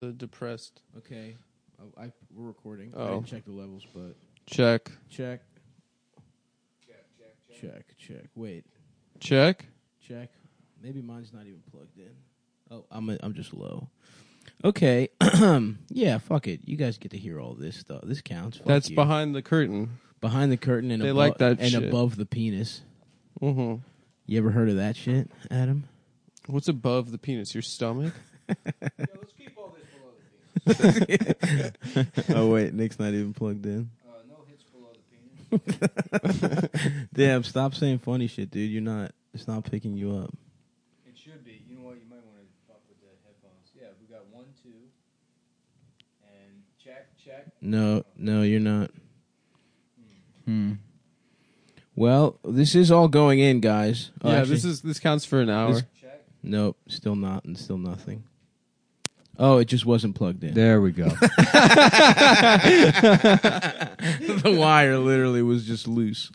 the depressed. Okay. Oh, I we're recording. I Oh. didn't check the levels, but Check. check. Check, check, check. Wait, Check. check. Maybe mine's not even plugged in. Oh, I'm i I'm just low. Okay. yeah, fuck it. You guys get to hear all this stuff. This counts. Fuck That's you. behind the curtain. behind the curtain and They abo- like that and shit. above the penis. Mm-hmm. You ever heard of that shit, Adam? What's above the penis? Your stomach? let's keep all this below the penis. oh wait, Nick's not even plugged in. Uh, no hits below the penis. Damn, stop saying funny shit, dude. You're not. It's not picking you up. It should be. You know what? You might want to fuck with the headphones. Yeah, we got one, two, and check, check. No, no, you're not. Hmm. Well, this is all going in, guys. Oh, yeah, actually- this is this counts for an hour. This- Check. nope. Still not, and still nothing. Oh, it just wasn't plugged in. There we go. the wire literally was just loose.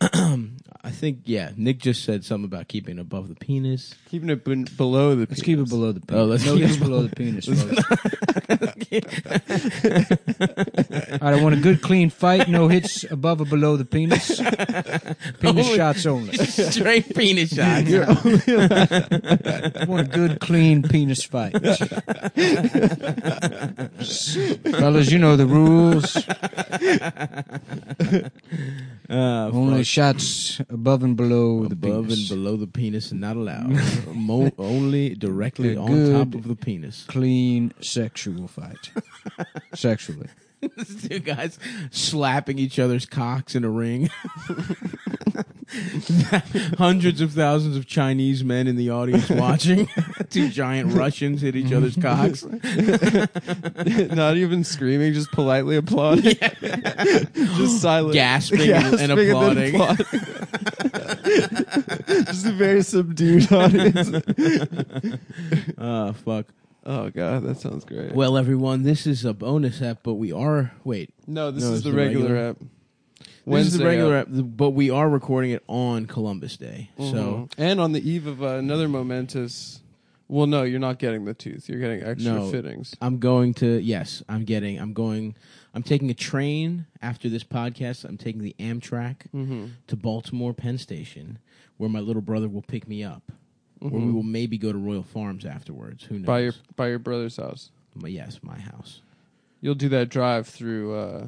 Hmm. I think yeah. Nick just said something about keeping above the penis. Keeping it ben- below the Let's penis. keep it below the penis. Oh, let's no keep hits it below the penis, folks. All right, I want a good, clean fight. No hits above or below the penis. Penis shots only. Straight penis shot. I want a good, clean penis fight. Fellas, you know the rules. only shots above and below the Ah, Above penis. and below the penis and not allowed. Mo- only directly A on good- top of the penis. Clean sexual fight. Sexually. These two guys slapping each other's cocks in a ring. Hundreds of thousands of Chinese men in the audience watching. two giant Russians hit each other's cocks. Not even screaming, just politely applauding. just silent. Gasping and- and then applauding. applauding. just a very subdued audience. Oh, fuck. oh god, that sounds great. Well, everyone, this is a bonus app, but we are. Wait. no, this No, is it's the, the regular, regular. app. This is the Wednesday regular app. app, but we are recording it on Columbus Day. So. Mhm. and on the eve of uh, another momentous. Well, no, you're not getting the tooth. You're getting extra No. fittings. I'm going to yes, I'm getting I'm going I'm taking a train after this podcast. I'm taking the Amtrak to Baltimore Penn Station where my little brother will pick me up. Where we will maybe go to Royal Farms afterwards. Who knows? Mm-hmm. by your by your brother's house. My- yes, my house. You'll do that drive through uh,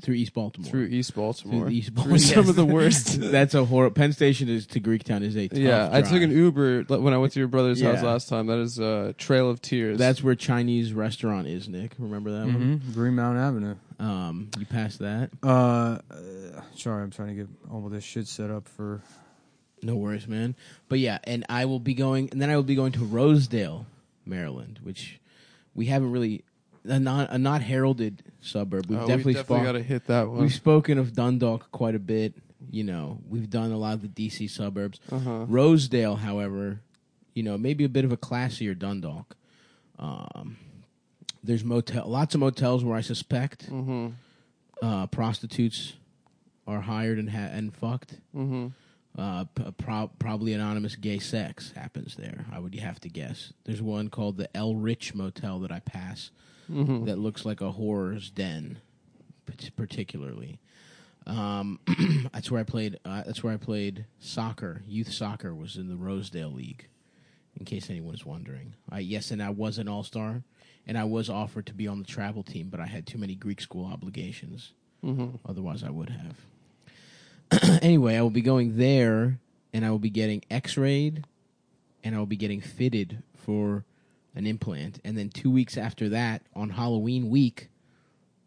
Through East Baltimore. through East Baltimore. Through East Through Baltimore. some of the Yes. worst. That's a horror Penn Station is to Greektown is a tough yeah, I took drive. an Uber l- when I went to your brother's house Yeah. last time. That is uh, Trail of Tears. That's where Chinese restaurant is, Nick. Remember that Mm-hmm. one? Green Mountain Avenue. Um you passed that. Uh, uh, sorry, I'm trying to get all of this shit set up for. No worries, man. But yeah, and I will be going, and then I will be going to Rosedale, Maryland, which we haven't really a not a not heralded suburb. We've Oh, definitely, we definitely spo- got to hit that one. we've spoken of Dundalk quite a bit. You know, we've done a lot of the DC suburbs. Uh-huh. Rosedale, however, you know, maybe a bit of a classier Dundalk. Um, there's motel, lots of motels where I suspect Mhm. uh, prostitutes are hired and ha- and fucked Mhm. uh, p- pro- probably anonymous gay sex happens there. I would have to guess. There's one called the El Rich Motel that I pass Mm-hmm. that looks like a horror's den, pat- particularly. Um, that's where I played. Uh, that's where I played soccer. Youth soccer was in the Rosedale League. In case anyone's wondering, I, yes, and I was an all star, and I was offered to be on the travel team, but I had too many Greek school obligations. Mm-hmm. Otherwise, I would have anyway, I will be going there and I will be getting x rayed and I will be getting fitted for an implant. And then two weeks after that, on Halloween week,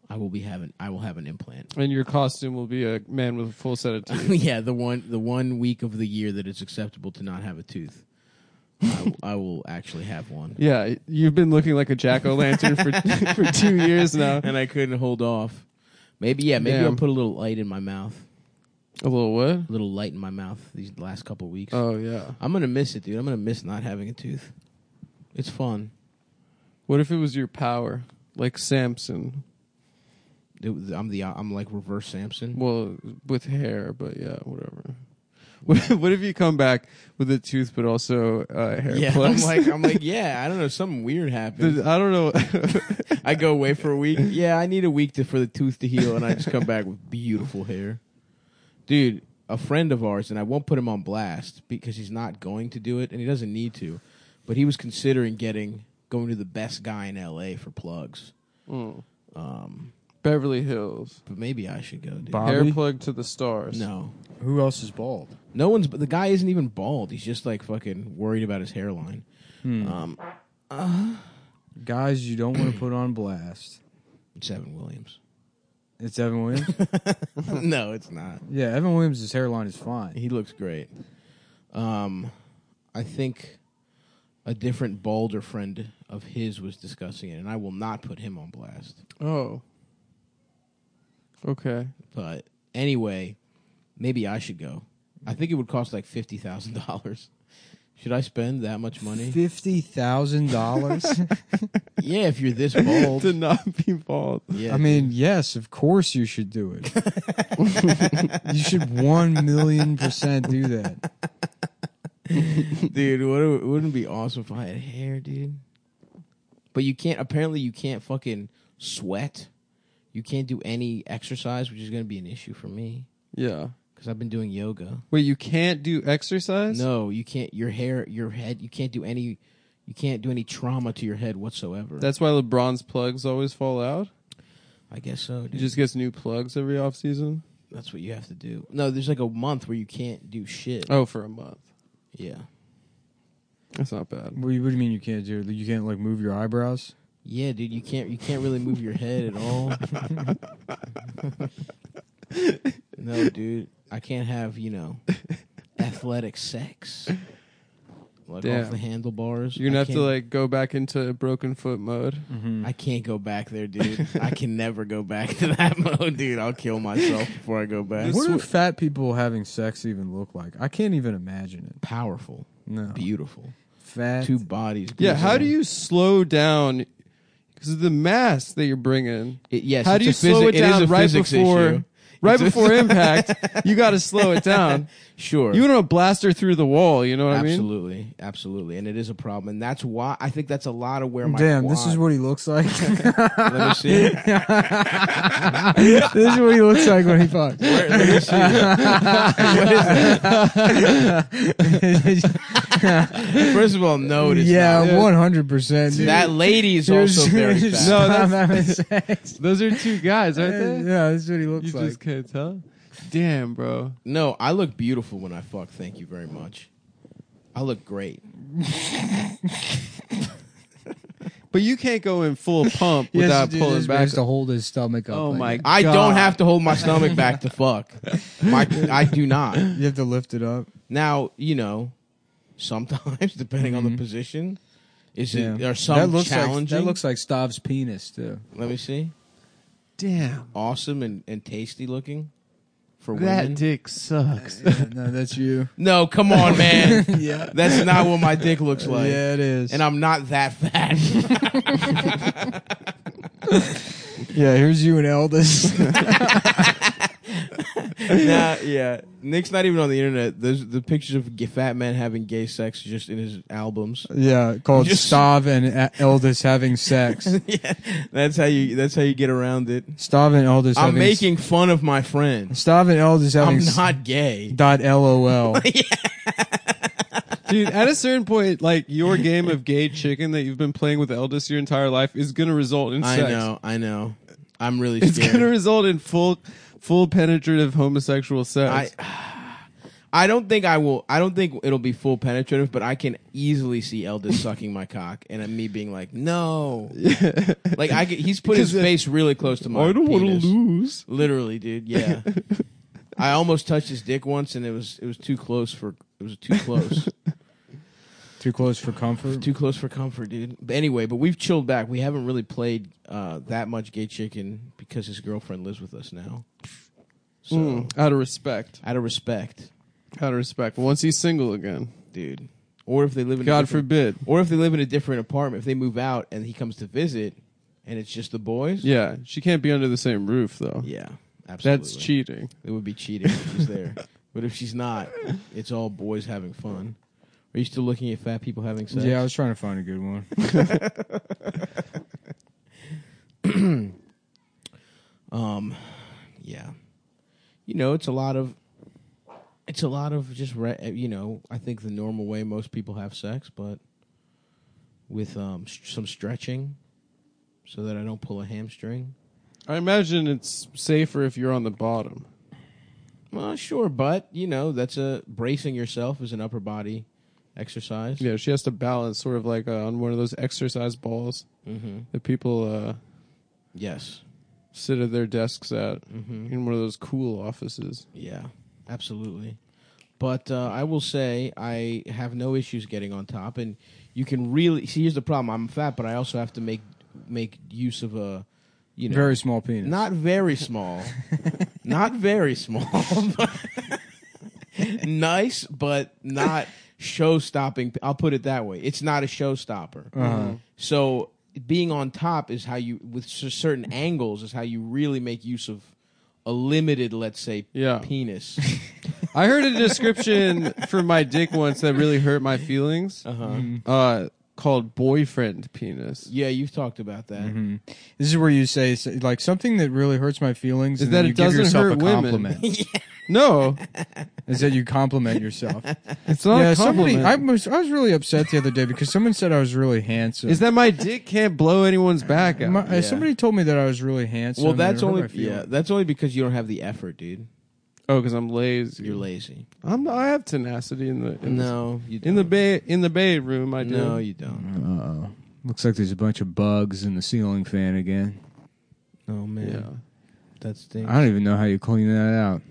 I will be having I will have an implant. And your costume will be a man with a full set of teeth. yeah, the one the one week of the year that it's acceptable to not have a tooth. I, will- I will actually have one. yeah, you've been looking like a jack o' lantern for for two years now. And I couldn't hold off. Maybe yeah, maybe Damn. I'll put a little light in my mouth. A little what? A little light in my mouth these last couple weeks. Oh yeah. I'm gonna miss it, dude. I'm gonna miss not having a tooth. It's fun. What if it was your power, like Samson? It was- I'm the I'm like reverse Samson. Well, with hair, but yeah, whatever. What, what if you come back with a tooth, but also uh, hair Yeah, I'm plugs? like, I'm like, yeah, I don't know, something weird happened. I don't know. I go away for a week. Yeah, I need a week to, for the tooth to heal, and I just come back with beautiful hair. Dude, a friend of ours, and I won't put him on blast because he's not going to do it, and he doesn't need to. But he was considering getting going to the best guy in L.A. for plugs. Mm. Um, Beverly Hills. but maybe I should go. Dude. Bob- Hair Bobby? plug to the stars. No, Who else is bald? no one's. But the guy isn't even bald. He's just like fucking worried about his hairline. Um, Uh, Guys, you don't want to put on blast. it's Evan Williams. It's Evan Williams. no, it's not. yeah, Evan Williams' hairline is fine. He looks great. Um, I think a different balder friend of his was discussing it, and I will not put him on blast. Oh. Okay. But anyway, maybe I should go. I think it would cost like fifty thousand dollars. Should I spend that much money? Fifty thousand dollars. yeah, if you're this bald. to not be bald. Yeah, I mean, yes, of course you should do it. you should one million percent do that. dude, what it wouldn't it be awesome if I had hair, dude? But you can't. Apparently, you can't fucking sweat. You can't do any exercise, which is going to be an issue for me. Yeah. because I've been doing yoga. Wait, you can't do exercise? No, you can't. Your hair, your head, you can't do any. You can't do any trauma to your head whatsoever. That's why LeBron's plugs always fall out. I guess so. He Dude. just gets new plugs every off season. That's what you have to do. No, there's like a month where you can't do shit. Oh, for a month. Yeah, That's not bad. What do you what do you mean you can't do it? You can't like move your eyebrows. yeah, dude. You can't. You can't really move your head at all. no, dude. I can't have you know athletic sex. Like Damn. off the handlebars. You're gonna I have to can't- like go back into broken foot mode. Mm-hmm. I can't go back there, dude. I can never go back to that mode, dude. I'll kill myself before I go back. What do fat people having sex even look like? I can't even imagine it. Powerful, No, beautiful, fat. two bodies. Oh. Yeah. How do gazing. you slow down? Because of the mass that you're bringing. It, yes. how do it's you a physi- slow it is down a right physics before? issue. Right It's a- before impact, you got to slow it down. Sure. You want to blast her through the wall. You know what I mean? absolutely, absolutely, and it is a problem, and that's why I think that's a lot of where my Damn, this quad- is what he looks like. Let me see. this is what he looks like when he fucks. Where- let me see. First of all, no, it is not. yeah, one hundred percent. That lady is also very fat. No, No, that's- having sex. Those are two guys, aren't they? Yeah, this is what he looks You like. just can't tell. Damn, bro. No, I look beautiful when I fuck. Thank you very much. I look great. But you can't go in full pump He has to without do pulling this, but he back. has to hold his stomach up. Oh like my that. I God. don't have to hold my stomach back to fuck. My, I do not. You have to lift it up. Now you know. Sometimes, depending on the position, is it are some Mm-hmm. that looks challenging? Like, that looks like Stav's penis too. Let me see. Damn, Awesome and, and tasty looking for women. that dick sucks. no, that's you. no, come on, man. Yeah. That's not what my dick looks like. yeah, it is. And I'm not that fat. yeah, here's you and Eldest. nah, yeah. Nick's not even on the internet. There's the pictures of g- fat men having gay sex just in his albums. yeah, called Just- Stav and uh, Eldest having sex. yeah, that's how you. That's how you get around it. Stav and Eldest. I'm having making fun of my friend. Stav and Eldest having. I'm s- not gay. Dot lol. Dude, at a certain point, like your game of gay chicken that you've been playing with Eldest your entire life is gonna result in I sex. know. I know. I'm really It's gonna scared. result in full, full penetrative homosexual I. sex. I don't think I will. I don't think it'll be full penetrative, but I can easily see Eldest sucking my cock and me being like, "No," like I. Could, he's put his face really close to my. uh, wanna penis. lose. Literally, dude. Yeah. I almost touched his dick once, and it was it was too close for it was too close, Too close for comfort. too close for comfort, dude. But anyway, but we've chilled back. We haven't really played uh, that much gay chicken because his girlfriend lives with us now. So Mm, out of respect, out of respect, out of respect. Once he's single again, dude. Or if they live in a God different, forbid. or if they live in a different apartment, if they move out and he comes to visit, and it's just the boys. Yeah, she can't be under the same roof though. Yeah, absolutely. That's cheating. It would be cheating if he's there. But if she's not, it's all boys having fun. Are you still looking at fat people having sex? Yeah, I was trying to find a good one. Um, yeah, you know, it's a lot of, it's a lot of just re- you know, I think the normal way most people have sex, but with um s some stretching, so that I don't pull a hamstring. I imagine it's safer if you're on the bottom. Well, sure, but you know, that's a bracing yourself is an upper body exercise. Yeah, she has to balance sort of like uh, on one of those exercise balls Mm-hmm. that people uh, Yes. sit at their desks at Mm-hmm. in one of those cool offices. Yeah, absolutely. But uh, I will say I have no issues getting on top, and you can really see. Here's the problem: I'm fat, but I also have to make make use of a, you know, Very small penis. not very small, not very small, but nice, but not show stopping. I'll put it that way. It's not a showstopper. Uh-huh. So being on top is how you, with cer- certain angles, is how you really make use of a limited, let's say, Yeah. penis. I heard a description for my dick once that really hurt my feelings. Uh huh. Uh, called boyfriend penis. Yeah, you've talked about that. Mm-hmm. Mhm. This is where you say s- like something that really hurts my feelings Is and that then it you give doesn't yourself hurt a women. compliment. No, is that you compliment yourself? it's not yeah, a compliment. somebody. I was I was really upset the other day because someone said I was really handsome. is that my dick can't blow anyone's back out? My- Yeah. uh, somebody told me that I was really handsome? well, and it that's hurt only my feelings. yeah, that's only because you don't have the effort, dude. oh, because I'm lazy. You're lazy. I'm. I have tenacity in the in the No, you in the don't. bay in the bay room. I do. Mm-hmm. No, you don't. Uh oh. Looks like there's a bunch of bugs in the ceiling fan again. Oh man, yeah. that's thing. I don't even know how you clean that out.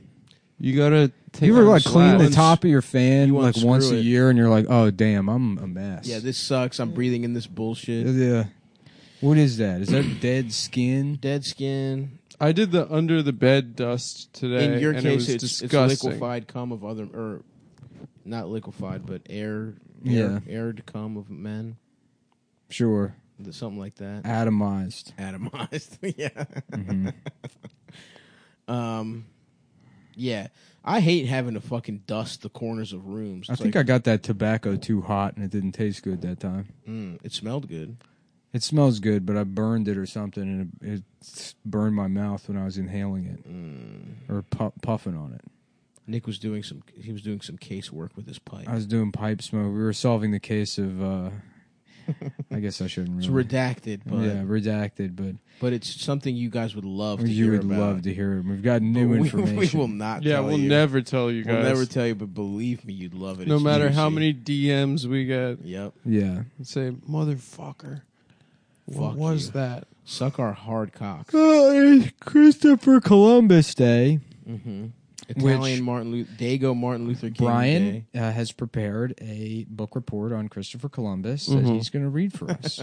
You gotta take. you ever out like clean the slack. top of your fan you like unscrew once a it. year and you're like, oh damn, I'm a mess. Yeah, this sucks. I'm breathing in this bullshit. yeah. What is that? Is that dead skin? Dead skin. I did the under the bed dust today. In your and it case, was it's, it's disgusting. liquefied cum of other, or not liquefied, but air, Yeah. air aired cum of men, Sure, something like that. atomized. Atomized. yeah. Mm-hmm. Mhm. Um, yeah. I hate having to fucking dust the corners of rooms. I It's think I like, got that tobacco too hot and it didn't taste good that time. mm, it smelled good. It smells good, but I burned it or something, and it, it burned my mouth when I was inhaling it Mm. or pu- puffing on it. Nick was doing some. He was doing some case work with his pipe. I was doing pipe smoke. We were solving the case of. uh I guess I shouldn't. it's really- redacted, but yeah, redacted, but but it's something you guys would love to you hear would about. love to hear it. We've got But new we, information. We will not. Yeah, tell we'll you. never tell you We'll guys. never tell you, but believe me, you'd love it. no It's matter how juicy. many DMs we get, Yep. Yeah, say motherfucker. What Fuck was you. that? Suck our hard cock. it's Christopher Columbus Day. Mm-hmm. Italian Martin Luther, Dago Martin Luther King. Brian Day. uh, has prepared a book report on Christopher Columbus Mhm. Mm-hmm. that he's going to read for us.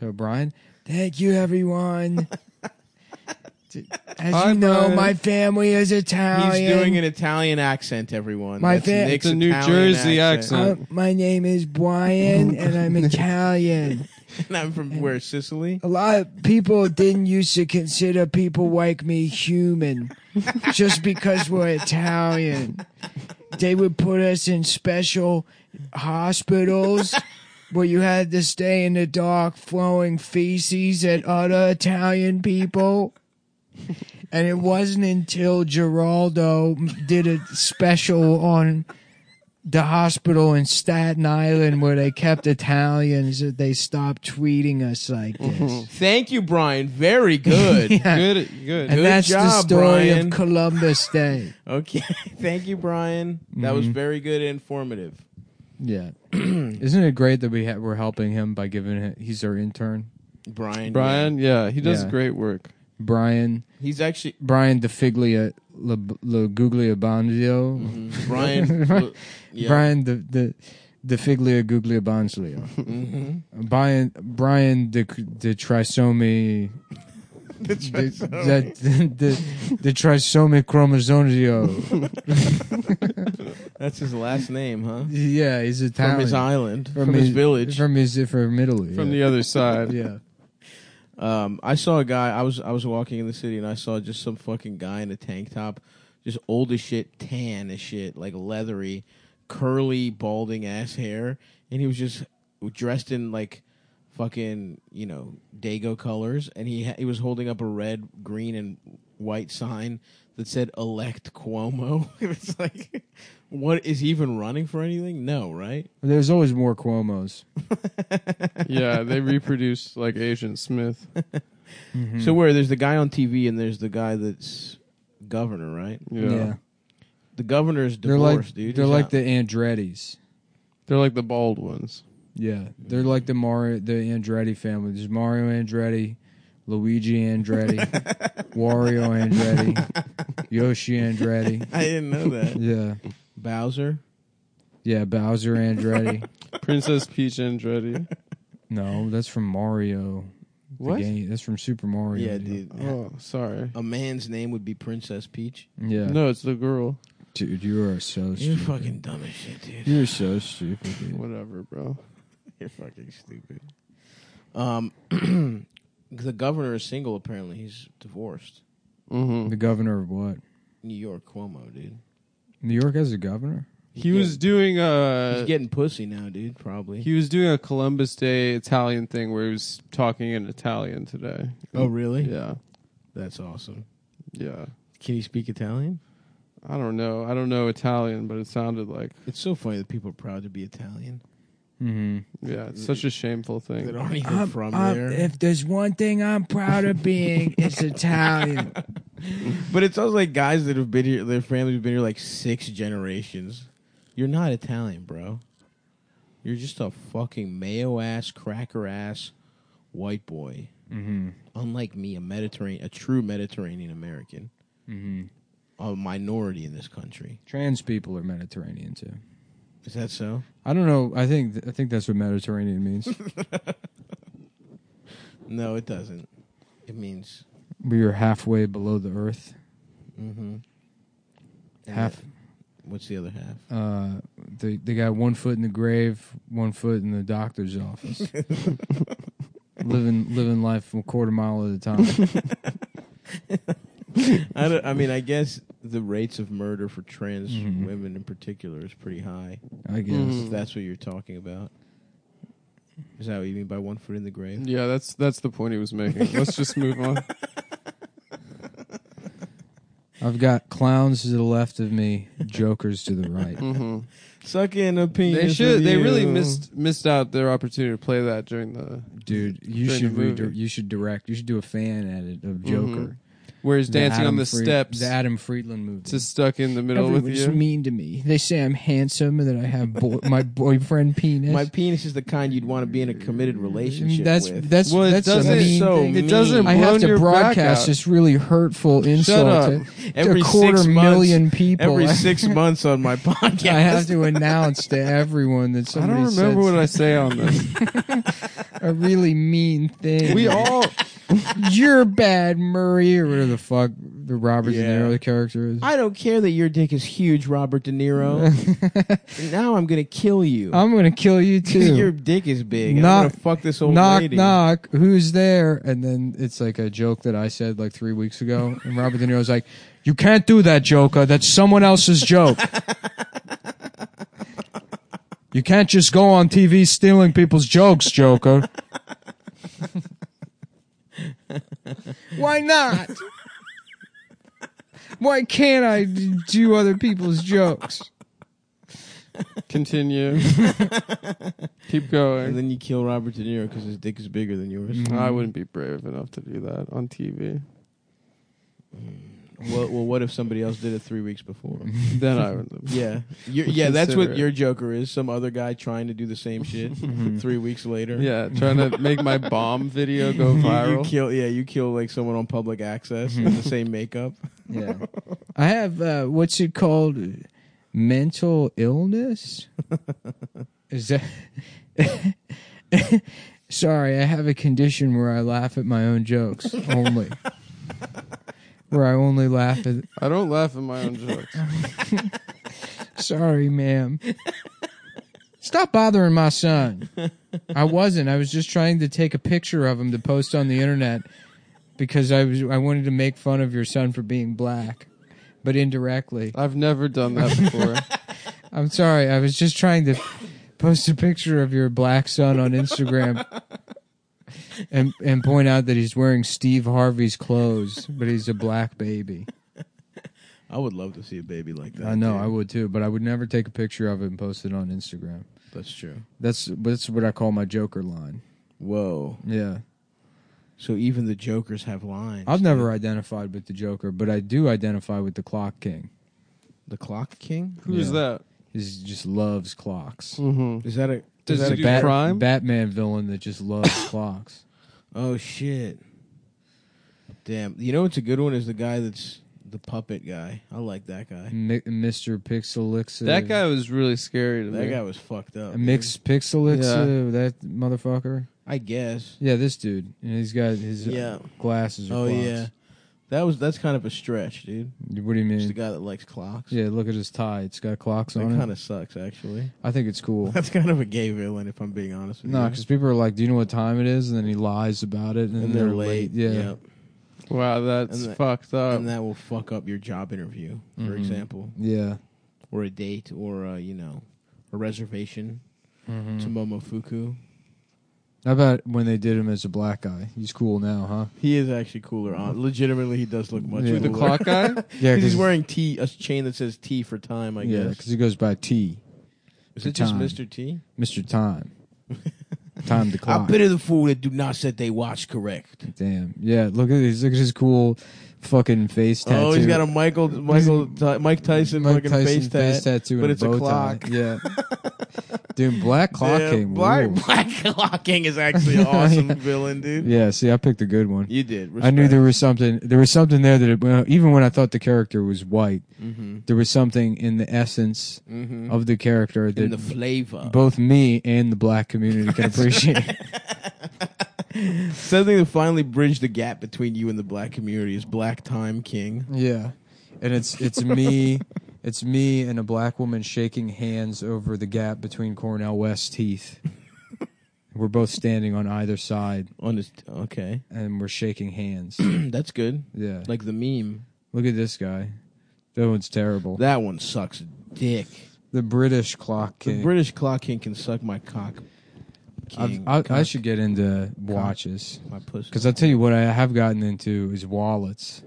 so, Brian, thank you, everyone. As Hi, you know, Brian. my family is He's Italian. doing an Italian accent, everyone. My That's fa- Nick's It's a New Italian Jersey accent. Uh, my name is Brian, and I'm Italian. and I'm from where? Sicily? A lot of people didn't used to consider people like me human just because we're Italian. They would put us in special hospitals where you had to stay in the dark flowing feces at other Italian people. And it wasn't until Geraldo did a special on the hospital in Staten Island where they kept Italians that they stopped tweeting us like this. Thank you, Brian. Very good. Yeah. Good, good. And Good that's the job, story Brian. of Columbus Day. Okay. Thank you, Brian. That Mm-hmm. was very good and informative. Yeah, isn't it great that we ha- we're helping him by giving him? He's our intern, Brian. Brian, yeah, he does Yeah. great work. Brian yeah. He's actually Brian DeFiglia Laguglia Bonzio. mm, Brian. Mm-hmm. yeah. Brian the the DeFiglia Guglia Bonzio. hmm Brian Brian the the trisomy. The, the, the, the, the trisomy chromosomio. That's his last name, huh? yeah, he's Italian. From his island, from, his, village. From his uh, from Italy. From yeah. the other side. yeah. Um, I saw a guy. I was I was walking in the city and I saw just some fucking guy in a tank top just old as shit, tan as shit, like leathery, curly, balding ass hair, and he was just dressed in like fucking you know dago colors, and he ha- he was holding up a red, green, and white sign that said "Elect Cuomo." it's like, what is he even running for anything? No, right? There's always more Cuomo's. yeah, they reproduced like Agent Smith. So where there's the guy on TV and there's the guy that's governor, right? Yeah. The governor's they're divorced, like dude. they're He's like not- the Andretti's. They're like the bald ones. Yeah, they're like the Mario, the Andretti family. There's Mario Andretti, Luigi Andretti, Wario Andretti, Yoshi Andretti. I didn't know that. Yeah, Bowser. yeah, Bowser Andretti. Princess Peach Andretti. No, that's from Mario. the What? game. That's from Super Mario. Yeah, dude. Oh, sorry. A man's name would be Princess Peach. Yeah, No, it's the girl. dude, you are so You're stupid. fucking dumb as shit, dude. You're so stupid. Dude. Whatever, bro. You're fucking stupid. Um, the governor is single. Apparently, he's divorced. Mm-hmm. The governor of what? New York Cuomo, dude. New York has a governor. He was doing He's a getting pussy now, dude. Probably. he was doing a Columbus Day Italian thing where he was talking in Italian today. oh, really? Yeah, That's awesome. yeah. Can he speak Italian? I don't know. I don't know Italian, but it sounded like It's so funny that people are proud to be Italian Mm-hmm. yeah. It's such a shameful that thing. aren't even I'm- from I'm- there. If there's one thing I'm proud of being, it's Italian. But it sounds like guys that have been here, their families have been here like six generations. You're not Italian, bro. You're just a fucking mayo ass, cracker ass white boy. Mm-hmm. Unlike me, a Mediterranean, a true Mediterranean American, Mm-hmm. a minority in this country. Trans people are Mediterranean too. Is that so? I don't know. I think I think that's what Mediterranean means. No, it doesn't. It means we are halfway below the earth. mm-hmm. Half. What's the other half? Uh, they they got one foot in the grave, one foot in the doctor's office. living living life a quarter mile at a time. I, don't, I mean, I guess the rates of murder for trans Mhm. women in particular is pretty high. I guess. Mhm. If that's what you're talking about. Is that what you mean by one foot in the grave? Yeah, that's that's the point he was making. Let's just move on. I've got clowns to the left of me, jokers to the right. hmm Suck in a penis. They should. with They you. really missed missed out their opportunity to play that during the Dude, you During should the movie. redir- you should direct. You should do a fan edit of Joker. where he's The dancing on Adam the Fried- steps, The Adam Friedland movie. just stuck in the middle with Everyone's you. mean to me. They say I'm handsome and that I have boy- my boyfriend penis. My penis is the kind you'd want to be in a committed relationship that's with. that's Well, it that's a doesn't- mean so thing. mean. It doesn't I have blown to your back broadcast out. this really hurtful insult up. to, to every a quarter six million months, people. Every I, six months on my podcast. I have to announce to everyone that I somebody don't remember what said I say on this. a really mean thing. we all you're bad, Murray, or whatever the fuck the Robert Yeah. De Niro character is. I don't care that your dick is huge, Robert De Niro. now I'm gonna kill you. I'm gonna kill you too. your dick is big. and Knock- I'm gonna fuck this old knock lady. knock who's there and then it's like a joke that i said like three weeks ago and robert de niro's like you can't do that joker that's someone else's joke you can't just go on tv stealing people's jokes joker why not why can't i d- do other people's jokes continue. Keep And going. then you kill Robert De Niro because his dick is bigger than yours. Mm-hmm. I wouldn't be brave enough to do that on TV. Well, well, what if somebody else did it three weeks before? Then I would. Yeah, Your- Would yeah, that's what consider it. your Joker is. Some other guy trying to do the same shit Mm-hmm. three weeks later. Yeah, trying to make my bomb video go You- You, viral. kill, yeah, you kill like someone on public access in Mm-hmm. the same makeup. Yeah. I have uh, what's it called? Mental illness? Is that Sorry, I have a condition where I laugh at my own jokes only. where I only laugh at I don't laugh at my own jokes. Sorry, ma'am. Stop bothering my son. I wasn't. I was just trying to take a picture of him to post on the internet because I was I wanted to make fun of your son for being black. but indirectly. I've never done that before. I'm sorry. I was just trying to post a picture of your black son on Instagram and and point out that he's wearing Steve Harvey's clothes, but he's a black baby. I would love to see a baby like that. I know dude. I would too, but I would never take a picture of it and post it on Instagram. That's true. That's that's what I call my Joker line. Whoa. Yeah. So even the Jokers have lines. I've never identified with the Joker, but I do identify with the Clock King. The Clock King? Who's Yeah. that? He just loves clocks. Mm-hmm. Is that a. Does He's he a do Bat- crime? Batman villain that just loves clocks. Oh, shit. Damn. You know what's a good one? Is the guy that's the puppet guy. I like that guy. Mi- Mr. Pixelixir. That guy was really scary to That me. guy was fucked up. A Mix Pixelixir, that motherfucker. dude. I guess. Yeah, this dude. And he's got his uh, Yeah. glasses. Or Oh, clocks. yeah. That was that's kind of a stretch, dude. What do you It's the mean? guy that likes clocks. Yeah, look at his tie. It's got clocks That on kind it. of sucks, actually. I think it's cool. That's kind of a gay villain, if I'm being honest with No, you. because people are like, "Do you know what time it is?" And then he lies about it, and, and then they're late. Yeah, Yep. wow, that's And the- fucked up. and that will fuck up your job interview, for Mhm. example, yeah. or a date, or uh, you know, a reservation to Momofuku. How about when they did him as a black guy? He's cool now, huh? He is actually cooler. On legitimately, he does look much Yeah. Who, cooler. the clock guy? Yeah, 'Cause he's wearing T, a chain that says T for time. I yeah, guess. because he goes by T, Is it just time. Mr. T? Mister Time, time to I clock. pity the fool that do not set they watch correct. Damn. Yeah, look at his look at his cool fucking face tattoo. Oh, he's got a Michael, Michael, Ty, Mike Tyson Mike fucking Tyson face, tat. tattoo, and but it's a bow tie. clock. Yeah, dude, Black Clock Yeah, King. Black, rules. Black Clock King is actually an awesome Yeah. villain, dude. Yeah, see, I picked a good one. You did. I knew there was something. There was something there that it, well, even when I thought the character was white, Mm-hmm. there was something in the essence Mm-hmm. of the character that in the uh, flavor. both me and the black community can appreciate. Something that finally bridged the gap between you and the black community is Black Time King. Yeah, and it's it's me, it's me and a black woman shaking hands over the gap between Cornell West's teeth. We're both standing on either side On his okay, and we're shaking hands. that's good. Yeah, Like the meme. look at this guy. That one's terrible. That one sucks dick. the British clock The king. British Clock King can suck my cock. I've- King, I, I cock, should get into watches. my pussy. Because I'll tell you what I have gotten into is wallets.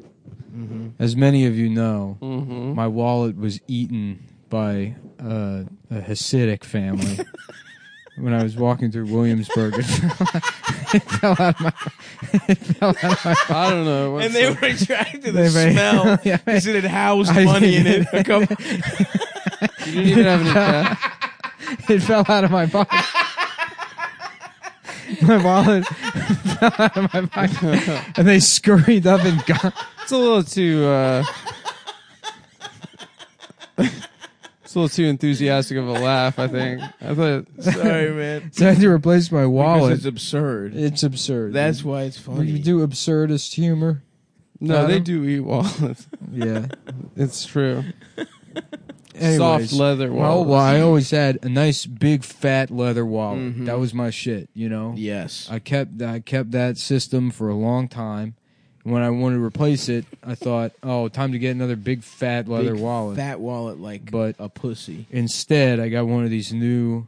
Mm-hmm. As many of you know, mm-hmm. my wallet was eaten by uh, a Hasidic family when I was walking through Williamsburg. It fell out of my. It fell out of my I don't know. What's and they up? were attracted to the They were- smell. Yeah, I- 'cause it had housed I money in did. it. A couple- you didn't even have any cash. it fell out of my pocket. My wallet fell out of my pocket, and they scurried up and got. It's a little too. Uh, it's a little too enthusiastic of a laugh. I think. I thought. Sorry, man. So I had to replace my Because wallet. it's absurd. It's absurd. that's why it's funny. We do absurdist humor. No, they Adam? do eat wallets. Yeah. It's true. Anyways, Soft leather Well, wallets. well, I always had a nice big fat leather wallet. Mhm. That was my shit. You know. Yes. I kept I kept that system for a long time. When I wanted to replace it, I thought, oh, time to get another big fat leather Big wallet. Fat wallet like But- a pussy. Instead, I got one of these new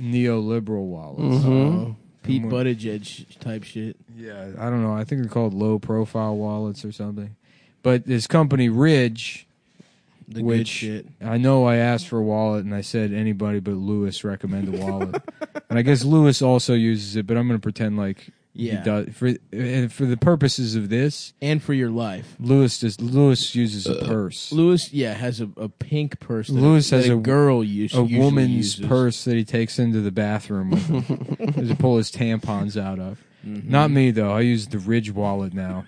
neoliberal wallets. Oh. Pete And Buttigieg type shit. Yeah, I don't know. I think they're called low profile wallets or something. But this company Ridge, The good Which- shit. I know I asked for a wallet and I said anybody but Lewis recommend a wallet. and I guess Lewis also uses it, but I'm going to pretend like Yeah. he does for and for the purposes of this. And for your life. Lewis does Lewis uses a purse. Lewis, yeah, has a, a pink purse. That Lewis that has a, a- girl use a usually woman's uses. purse that he takes into the bathroom with him to pull his tampons out of. Mm-hmm. Not me though. I use the Ridge wallet now,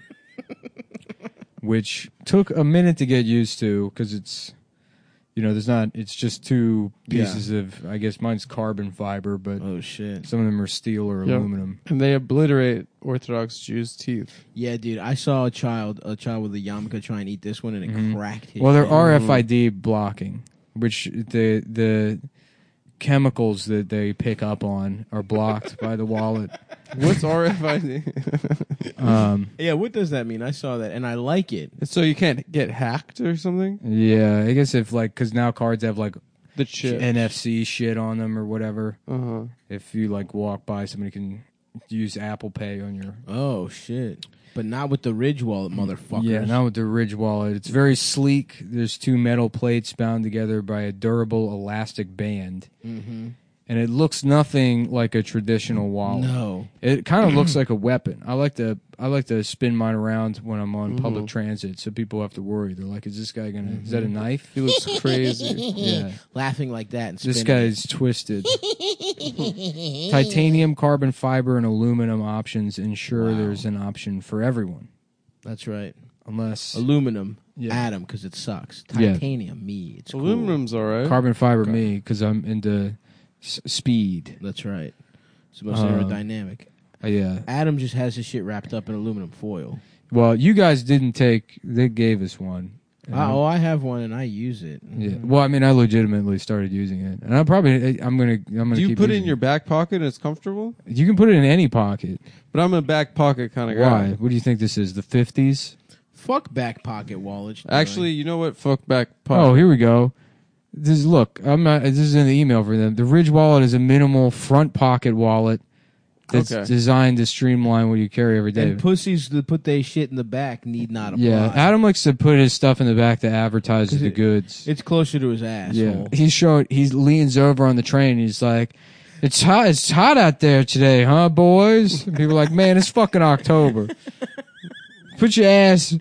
which took a minute to get used to because it's, you know, there's not. It's just two Yeah. pieces of. I guess mine's carbon fiber, but Oh shit! some of them are steel or Yep. aluminum. and they obliterate Orthodox Jews' teeth. Yeah, dude, I saw a child, a child with a yarmulke try and eat this one, and Mm-hmm. it cracked. His Well, they're head. RFID blocking, which the the chemicals that they pick up on are blocked by the wallet. What's RFID? Um, Yeah, what does that mean? I saw that and I like it. so you can't get hacked or something? yeah, I guess if like because now cards have like The chip. NFC shit on them or whatever. Uh-huh. If you like walk by, somebody can use Apple Pay on your. Oh shit. But not with the Ridge wallet, motherfuckers. Yeah, now with the Ridge wallet, it's very sleek. There's two metal plates bound together by a durable elastic band, Mm-hmm. and it looks nothing like a traditional wallet. No. It kind of looks like a weapon. I like to I like to spin mine around when I'm on public transit, so people have to worry. They're like, "Is this guy gonna? Is that a knife?" He looks crazy. Mm-hmm. yeah, Laughing like that and this spinning. guy's twisted. Titanium, carbon fiber, and aluminum options ensure Wow. there's an option for everyone, That's right. unless Aluminum. Yeah. Atom because it sucks. Yeah. Titanium me. It's cool. Aluminum's all right. carbon fiber me because I'm into s- speed. That's right. It's the most Uh, aerodynamic. Uh, yeah. Adam just has his shit wrapped up in aluminum foil. Well, you guys didn't take. They gave us one. And I- Ah, Uh, oh, I have one and I use it. Yeah. Well, I mean, I legitimately started using it, and I probably I'm gonna I'm gonna. Do you keep put it using in your back pocket and it's comfortable? You can put it in any pocket. But I'm a back pocket kind of Why? guy. What do you think this is? The fifties? Fuck back pocket wallet. Actually, you know what? Fuck back Oh, pocket. here we go. This is- look. I'm not. This is in the email for them. The Ridge Wallet is a minimal front pocket wallet that's Okay. designed to streamline what you carry every day. and pussies that put their shit in the back need not apply. yeah, Adam likes to put his stuff in the back to advertise the it- goods. it's closer to his ass. yeah, he's showing. He leans over on the train. he's like. It's hot. It's hot out there today, huh, boys? And people are like, man, it's fucking October. Put your ass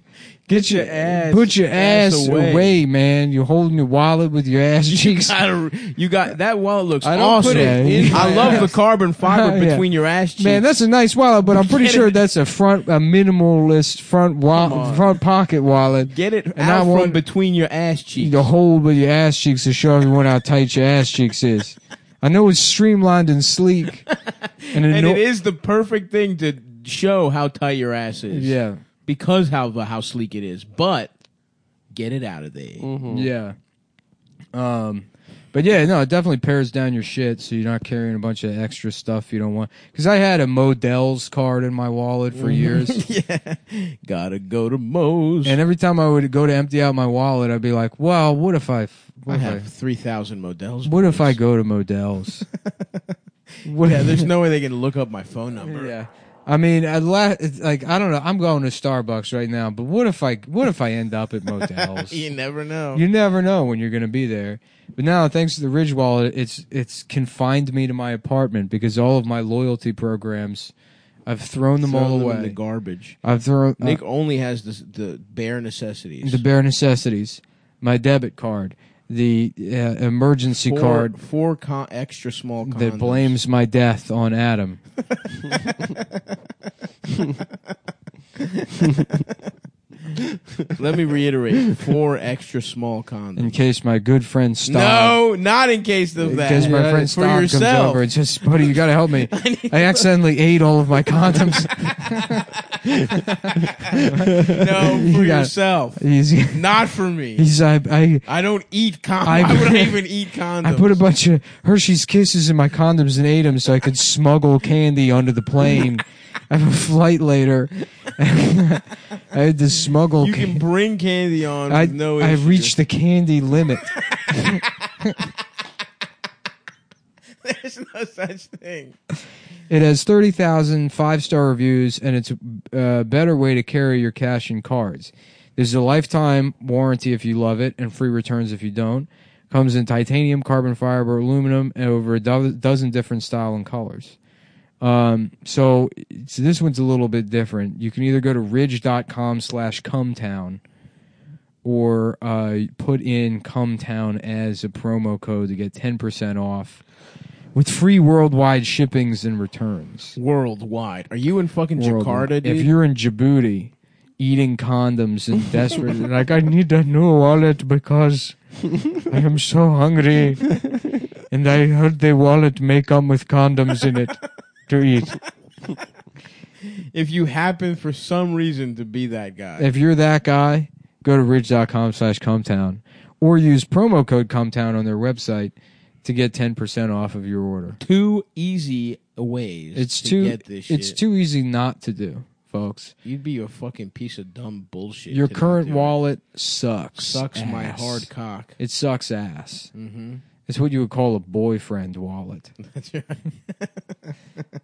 Get your ass. Put your ass, away. away. man. You're holding your wallet with your ass cheeks. I- you got that wallet looks I don't awesome. put it in I my love ass. the carbon fiber Yeah. between your ass cheeks. Man, that's a nice wallet, but I'm pretty Get sure it. that's a front, a minimalist front Come wa- on. front pocket wallet. get it And I out want- from between your ass cheeks. The hold with your ass cheeks to show everyone how tight your ass cheeks is. I know it's streamlined and sleek, and, and anno- it is the perfect thing to show how tight your ass is. Yeah, because how how sleek it is. But get it out of there. Mm. Mm-hmm. yeah. Um, but yeah, no, it definitely pairs down your shit, so you're not carrying a bunch of extra stuff you don't want. Because I had a Modell's card in my wallet for years. yeah, gotta go to Moe's. And every time I would go to empty out my wallet, I'd be like, "Well, what if I? What I if have I, three thousand Models. what if I go to Modell's? what Yeah, there's no way they can look up my phone number. yeah. I mean, I la- it's like I don't know. I'm going to Starbucks right now, but what if I? What if I end up at Modell's? You never know. you never know when you're going to be there. But now, thanks to the Ridge Wallet, it's it's confined me to my apartment because all of my loyalty programs, I've thrown them Throw all them away. in the garbage. I've thrown uh, Nick only has the the bare necessities. the bare necessities, my debit card, the uh, emergency four, card, four con- extra small condoms. that blames my death on Adam. Let me reiterate: four extra small condoms. In case my good friend Star, No, not in case of in that. Uh, case my Yeah, friend for Star comes yourself. over and says, "Buddy, you gotta help me. I accidentally ate all of my condoms." no, for You got- yourself, he's, not for me. he's, I, I, I don't eat condoms. I- Why would I even eat condoms? I put a bunch of Hershey's Kisses in my condoms and ate them so I could smuggle candy onto the plane. I have a flight later. I had to smuggle. You can- can bring candy on. I, with no I issue. reached the candy limit. There's no such thing. It has 30,000 five star reviews, and it's a uh, better way to carry your cash and cards. There's a lifetime warranty if you love it, and free returns if you don't. Comes in titanium, carbon fiber, aluminum, and over a do- dozen different style and colors. Um, so, so this one's a little bit different. You can either go to ridge.com slash cumtown or uh, put in cumtown as a promo code to get 10% off with free worldwide shippings and returns. Worldwide, are you in fucking Jakarta, Worldwide. dude? If you're in Djibouti eating condoms and desperate, like, I need a new wallet because I am so hungry. And I heard the wallet may come with condoms in it to eat. if you happen for some reason to be that guy, If you're that guy, go to ridge.com slash comtown or use promo code comtown on their website to get 10% off of your order. Two easy ways. It's to too Get this it's shit. too easy not to do, folks. You'd be a fucking piece of dumb bullshit. Your to not current do it. wallet sucks. sucks my ass. hard cock. It sucks ass. Mm-hmm. It's what you would call a boyfriend wallet. That's right.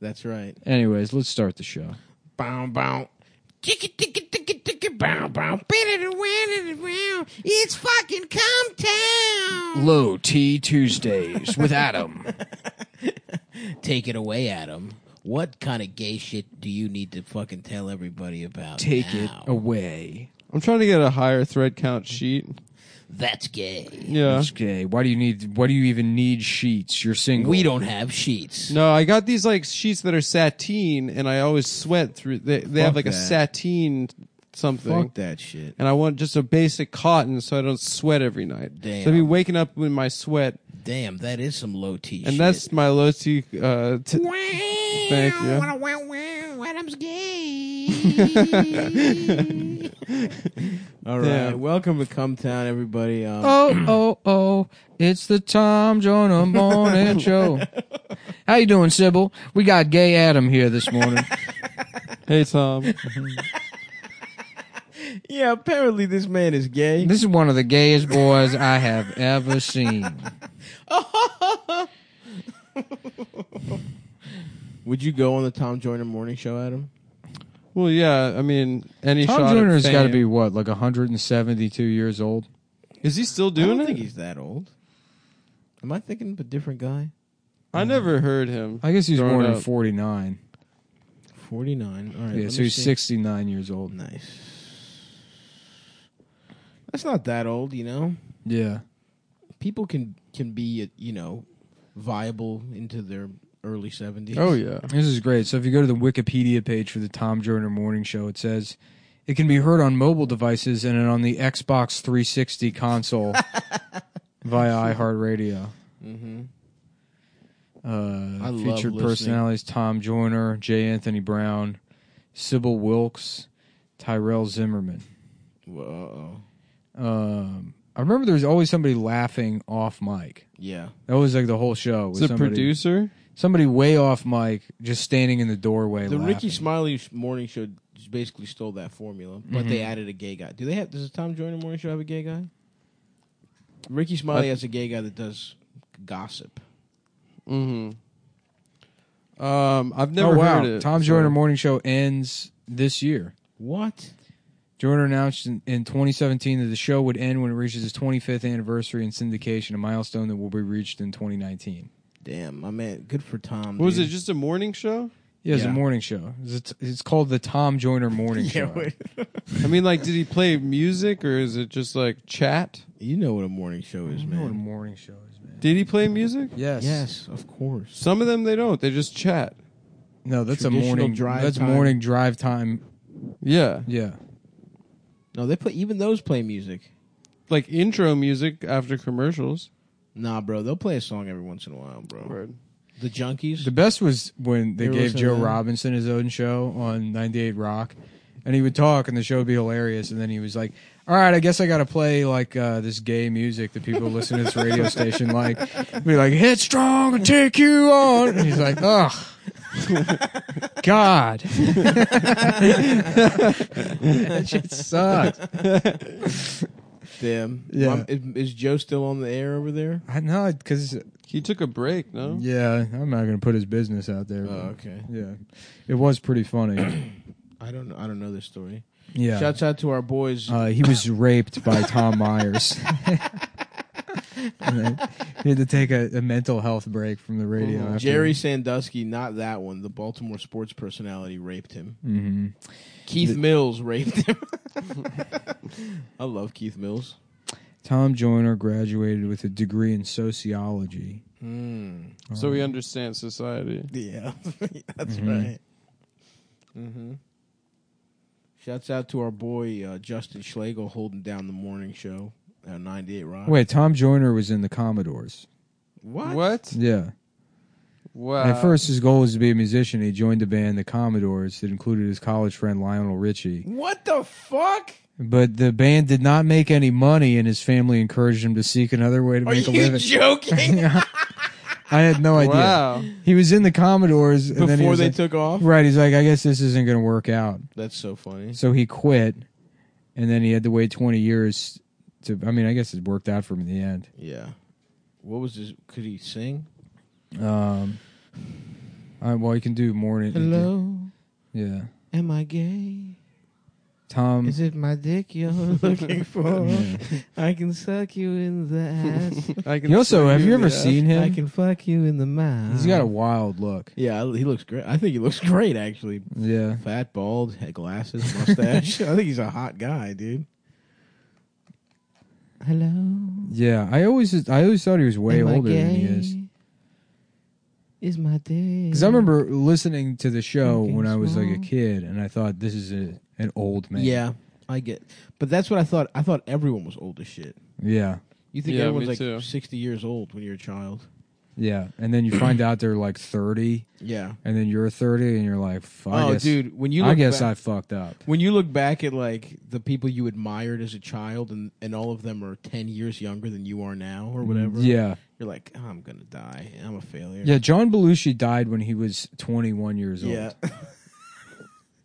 That's right. Anyways, let's start the show. Bow bow. Ticky ticky ticky ticky bow bow. Beat it and win it around. It's fucking come town. Low T Tuesdays with Adam. Take it away, Adam. What kind of gay shit do you need to fucking tell everybody about? Take it now? away. I'm trying to get a higher thread count sheet. That's gay. Yeah. Okay, why do you need why do you even need sheets? You're single. We don't have sheets. No, I got these like sheets that are sateen, and I always sweat through. They they have Fuck like a that. sateen something, Fuck that shit. and I want just a basic cotton so I don't sweat every night. So I'd be Damn. waking up with my sweat, Damn, that is some low T shit. and that's my low T. Uh, t- Thank you. Wow, wow, wow, wow, Adam's gay. All right, Damn. welcome to Come Town, everybody. Um, Oh oh oh! It's the Tom Jonah Morning Show. How you doing, Sybil? We got Gay Adam here this morning. hey Tom, Yeah, apparently this man is gay. This is one of the gayest boys I have ever seen. Would you go on the Tom Joyner Morning Show, Adam? well, yeah, I mean, any shot. Tom at Joyner's got to fame- be what, like 172 years old? Is he still I doing don't it? think he's that old. Am I thinking of a different guy? I never heard him. I guess he's growing more than up. 49. Forty nine. All right. Yeah, let so me he's see. 69 years old. Nice. That's not that old, you know. Yeah, People can can be you know viable into their early seventies. Oh yeah. this is great. So if you go to the Wikipedia page for the Tom Joyner Morning Show, it says it can be heard on mobile devices and on the Xbox 360 console via iHeartRadio. Mm-hmm. I uh, love featured listening. personalities Tom Joyner, J. Anthony Brown, Sybil Wilkes, Tyrell Zimmerman. Whoa. Um, I remember there was always somebody laughing off mic. Yeah. That was like the whole show. Was He's a somebody, producer. somebody way off mic, just standing in the doorway. The laughing. Ricky Smiley sh- morning show just basically stole that formula, but they Mm-hmm. added a gay guy. Do they have? Does the Tom Joyner morning show have a gay guy? Uh, Ricky Smiley has a gay guy that does gossip. Mm-hmm. Um, I've never oh wow! heard it. Tom so- Joyner Morning Show ends this year. What? Joyner announced in, in 2017 that the show would end when it reaches its 25th anniversary in syndication, a milestone that will be reached in 2019. Damn, my man. Good for Tom. What was dude. it just a morning show? Yeah, it's Yeah. a morning show. It's, it's called the Tom Joyner Morning Yeah, Show. wait. I mean, like, did he play music or is it just like chat? you know what a morning show is, You know what a man. morning show is, man. Did he play music? Yes. Yes, of course. Some of them they don't. They just chat. No, that's a Traditional morning drive That's time. morning drive time. Yeah, Yeah. No, they play even those play music. like intro music after commercials. Nah, bro, they'll play a song every once in a while, bro. The Junkies. The best was when they You ever gave listen to Joe that? Robinson his own show on 98 Rock. And he would talk, and the show would be hilarious. And then he was like, "All right, I guess I got to play like uh, this gay music that people listen to this radio station like." Be like, "Headstrong, I'll take you on." And he's like, "Ugh, God, that shit sucks." Damn. Yeah. Mom- is, is Joe still on the air over there? I know because He took a break. No, yeah, I'm not gonna put his business out there. Oh, but- okay. Yeah, it was pretty funny. I don't. know. I don't know this story. yeah, Shouts out to our boys. uh, he was raped by Tom Myers. and then he had to take a, a mental health break from the radio. Mhm. after- um, Oh, Jerry Sandusky, not that one. The Baltimore sports personality raped him. Mhm. Keith Mills raped him. I love Keith Mills. Tom Joyner graduated with a degree in sociology. Hmm. Mm. so he understands society. Yeah, that's Mhm. right. Mm-hmm. Shouts out to our boy uh, Justin Schlegel holding down the morning show at 98 Rock. Uh, Wait, Tom Joyner was in the Commodores. what? Yeah. Wow. Uh, At first, his goal was to be a musician. He joined the band, the Commodores, that included his college friend Lionel Richie. What the fuck? But the band did not make any money, and his family encouraged him to seek another way to Are make a you living. joking? I had no idea. Wow. He was in the Commodores, and then he Before was they like- took off? right. He's like, I guess this isn't going to work out, That's so funny. so he quit, and then he had to wait twenty years to. I mean, I guess it worked out for him in the end. Yeah. What was his? Could he sing? Um, I, well, you can do morning. Yeah, am I gay? Tom. it my dick you're looking for? Yeah. I can suck you in the ass. I can You also see have you the ever ass. seen him? fuck you in the mouth. He's got a wild look. Yeah, he looks great. I think he looks great, actually. Yeah. Fat, bald, had glasses, mustache. I think he's a hot guy, dude. Hello. Yeah, I always I always thought he was way Am I older than he gay? is. Is my day? Because I remember listening to the show Fucking when I was like a small. kid, and I thought this is a, an old man. Yeah, I get. But that's what I thought. I thought everyone was old as shit. yeah, You think Yeah, everyone's me like too. sixty years old when you're a child? yeah. And then you find out they're like thirty, Yeah. and then you're thirty, and you're like, "F- I oh, guess, dude, when you look I guess back, I fucked up. when you look back at like the people you admired as a child, and and all of them are ten years younger than you are now, or whatever. Mm, Yeah, You're like, "Oh, I'm gonna die. I'm a failure. yeah. John Belushi died when he was 21 years old. Yeah.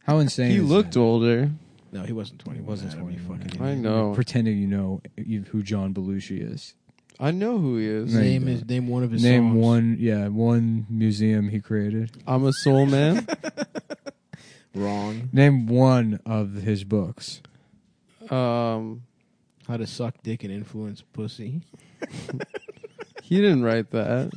How insane! He is looked that? older. no, he wasn't twenty. He wasn't 21. Fucking I know. Pretending you know you- who John Belushi is. I know who he is. No, you name don't. is name one of his Name songs. one, yeah, one museum he created. I'm a soul man. wrong. Name one of his books. um, How to suck dick and influence pussy. he didn't write that.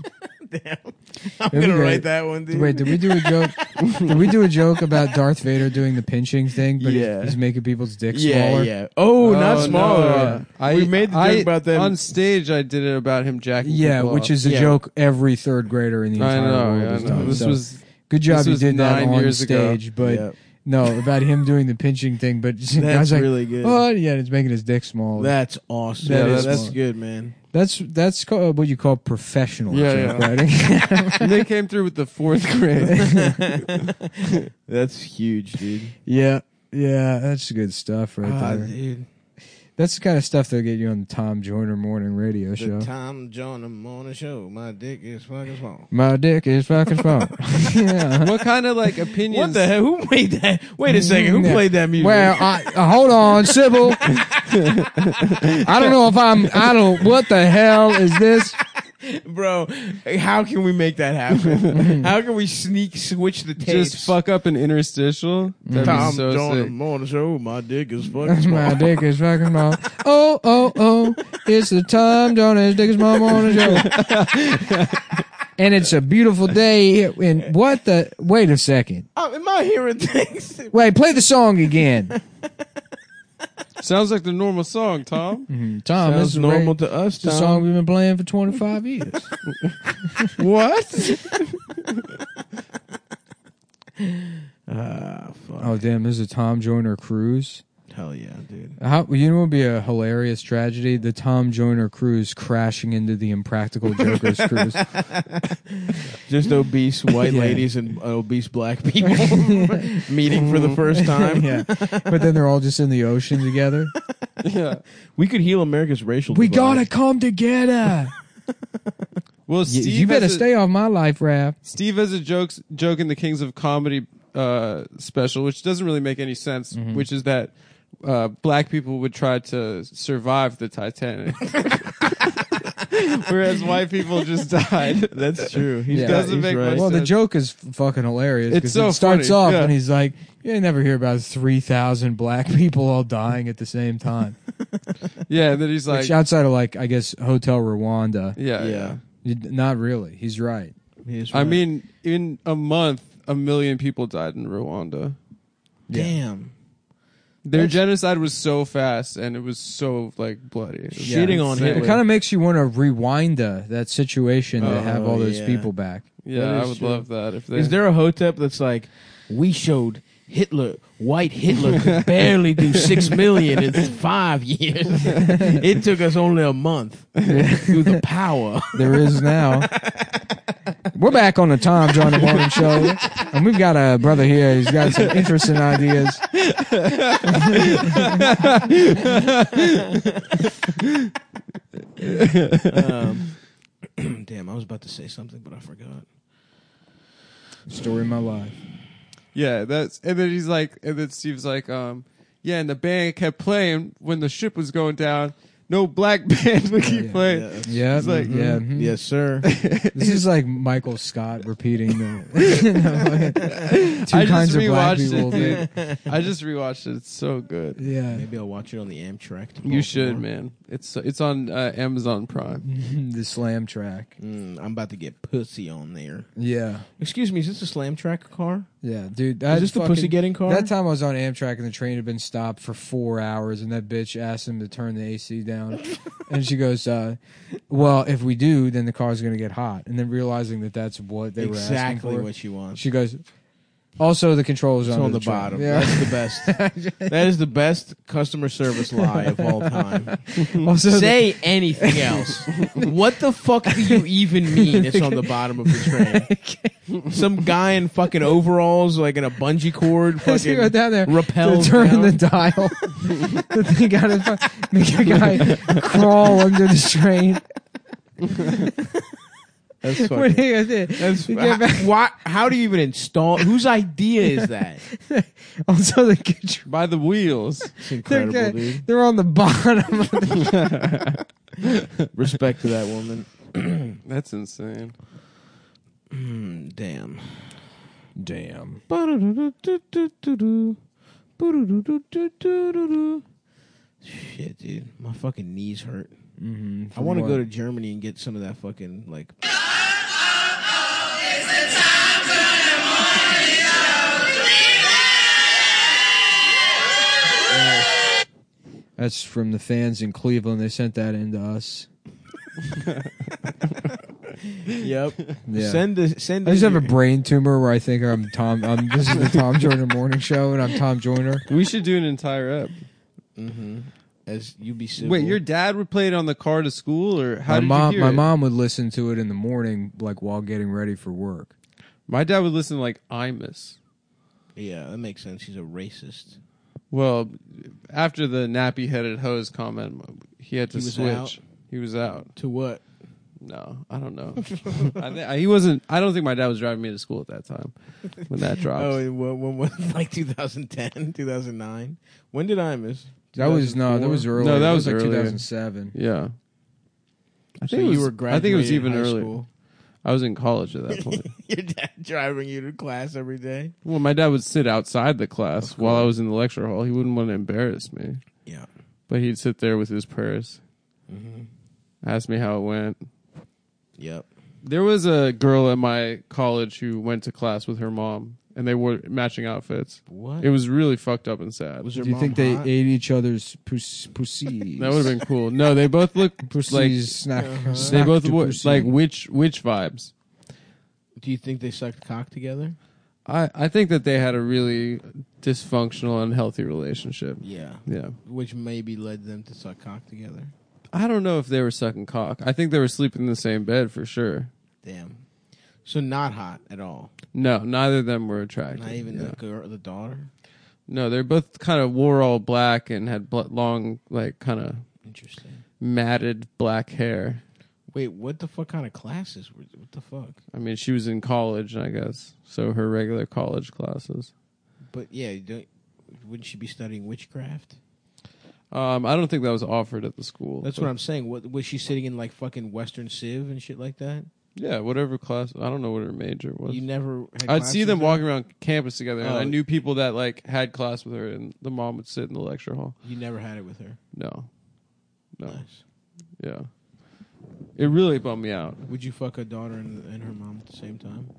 Damn, I'm There we gonna go. write that one, dude. Wait, did we do a joke? did we do a joke about Darth Vader doing the pinching thing? But he's- Yeah. he's, making people's dicks yeah, smaller. yeah. Oh, not no. smaller. I, we made the joke I- about that. on stage. I did it about him jacking. Yeah, people which up. is a Yeah. joke every third grader in the I entire know. world yeah, I has know. done. This So, was good job this you was did that nine on years ago. stage, but Yeah. no about him doing the pinching thing. But I was that's like, really good. oh yeah, it's making his dick smaller. that's awesome. That Yeah, is that's smart. good, man. that's that's called, what you call professional Yeah, joke yeah. writing. and they came through with the fourth grade. That's huge, dude. yeah, yeah, that's good stuff right Ah, there. dude. That's the kind of stuff that'll get you on the Tom Joyner morning radio The show. Tom John morning show. My dick is fucking small. My dick is fucking small. yeah. what kind of like opinions? What the hell? Who made that? Wait a second. Who Yeah. played that music? Well, I, uh, hold on, Sybil. I don't know if I'm. I don't. What the hell is this? Bro, how can we make that happen? how can we sneak switch the tapes? Just fuck up an interstitial. That'd Tom be so John sick. morning show. My dick is fucking small. My dick is fucking small. Oh, oh, oh! It's the Tom Jonas Dick is Small morning show. And it's a beautiful day. And what the? Wait a second. Oh, am I hearing things? Wait, play the song again. Sounds like the normal song, Tom. Mm, Tom, Mm-hmm. this Sounds is a normal reg- to us, it's a Tom. song we've been playing for 25 years. What? Ah, fuck. Oh, damn! This is a Tom Joyner cruise. Hell yeah, dude. How you know what would be a hilarious tragedy? The Tom Joyner cruise crashing into the Impractical Jokers cruise. Just obese white Yeah. ladies and obese black people meeting for the first time. yeah, but then they're all just in the ocean together. yeah. We could heal America's racial we divide. gotta come together. Well, you, Steve you better has a- stay off my life raft. Steve has a joke joke in the Kings of Comedy uh, special, which doesn't really make any sense, Mm-hmm. which is that uh, black people would try to survive the Titanic, whereas white people just died. That's true. He Yeah. doesn't make much Well, the says- joke is f- fucking hilarious. It's 'cause so it starts funny, off yeah. and he's like, "You ain't never hear about three thousand black people all dying at the same time." Yeah, and then he's like, Which yeah, outside of like, I guess Hotel Rwanda, yeah, Yeah. you- not really. He's right. He is I right. mean, in a month, a million people died in Rwanda. damn. Their genocide was so fast, and it was so like bloody. It was Shitting insane. on Hitler. It kind of makes you want to rewind uh, that situation to Oh, have all those yeah. people back. That Yeah, I is would true. love that. If they, Is there a hotep that's like, we showed Hitler, white Hitler could barely do six million in five years. it took us only a month through the power. There is now. We're back on the Tom John and Morning Show, and we've got a brother here who's got some interesting ideas. Um, damn, I was about to say something, but I forgot. Story of my life. Yeah, that's and then he's like, and then Steve's like, um, yeah, and the band kept playing when the ship was going down. No black band would keep playing. Yeah. Yeah, It's like- yeah. mhm. mm, Yes, sir. This is like Michael Scott repeating the two I just kinds of black rewatched people. it, dude. I just rewatched it. It's so good. Yeah, Maybe I'll watch it on the Amtrak. to You should, Baltimore. man. It's it's on uh, Amazon Prime. the slam track. Mm, I'm about to get pussy on there. Yeah, Excuse me, is this a slam track car? yeah, dude. Is That's this the fucking- pussy getting car? That time I was on Amtrak and the train had been stopped for four hours, and that bitch asked him to turn the AC down, and she goes, uh, "Well, if we do, then the car's going to get hot." And then realizing that that's what they exactly were asking what she for, wants. she goes, "Also, the controls It's under on the, train." bottom. Yeah. That's the best. that is the best customer service lie of all time. also, the- Say anything else. what the fuck do you even mean? It's on the bottom of the train. Some guy in fucking overalls, like in a bungee cord, As he fucking went down there, rappel to turn down. the dial. the thing got to make a guy crawl under the train. That's When fucking. he was there, That's, he came back. how, why, how do you even install? Whose idea is that? Also, the control, By the wheels. It's they're, incredible, gonna- dude. they're on the bottom. of the- Respect to that woman. That's insane. Mm, damn. Damn. Shit, dude. My fucking knees hurt. Mm-hmm, I want to go to Germany and get some of that fucking, like. That's from the fans in Cleveland. They sent that in to us. Yep. Yeah. Send the. Send I just in have a your- brain tumor where I think I'm Tom. I'm, this is the Tom Joyner Morning Show, and I'm Tom Joyner. We should do an entire ep. Mhm. As you be civil. Wait, your dad would play it on the car to school, or how my did mom, you hear my it? mom would listen to it in the morning, like while getting ready for work. My dad would listen to, like Imus. Yeah, that makes sense. He's a racist. Well, after the nappy-headed hose comment, he had to He was switch. out? He was out. To what? No, I don't know. I th- he wasn't. I don't think my dad was driving me to school at that time when that dropped. Oh, and when, when, when, like 2010, 2009. When did I miss? That was no, that was 2004? early. No, that It was like earlier. 2007. yeah. I So think it you was- were I think it was graduating even high earlier. school. I was in college at that point. Your dad driving you to class every day. well, my dad would sit outside the class while I was in the lecture hall. He wouldn't want to embarrass me, Yeah. but he'd sit there with his purse, Mm-hmm. ask me how it went. Yep. There was a girl at my college who went to class with her mom, and they wore matching outfits. What? It was really fucked up and sad. was Do your you mom think they hot? ate each other's puss- pussies? that would have been cool. No, they both looked pussies. like uh-huh. They snack, snack both to were pussy. like witch witch vibes. Do you think they sucked cock together? I I think that they had a really dysfunctional, unhealthy relationship. Yeah. Yeah, Which maybe led them to suck cock together. I don't know if they were sucking cock. I think they were sleeping in the same bed for sure. Damn. So not hot at all. No, neither of them were attractive. Not even Yeah. the girl, the daughter. No, they're both kind of wore all black and had bl- long, like kind of Interesting. matted black hair. Wait, what the fuck kind of classes? were? What the fuck? I mean, she was in college, I guess, so her regular college classes. But yeah, you don't, wouldn't she be studying witchcraft? Um, I don't think that was offered at the school. That's but- what I'm saying. What was she sitting in like fucking Western Civ and shit like that? Yeah, whatever class. I don't know what her major was. You never. Had I'd class see with them her? walking around campus together, and Oh. I knew people that like had class with her, and the mom would sit in the lecture hall. You never had it with her. No, no, Nice. yeah, it really bummed me out. Would you fuck a daughter and, and her mom at the same time?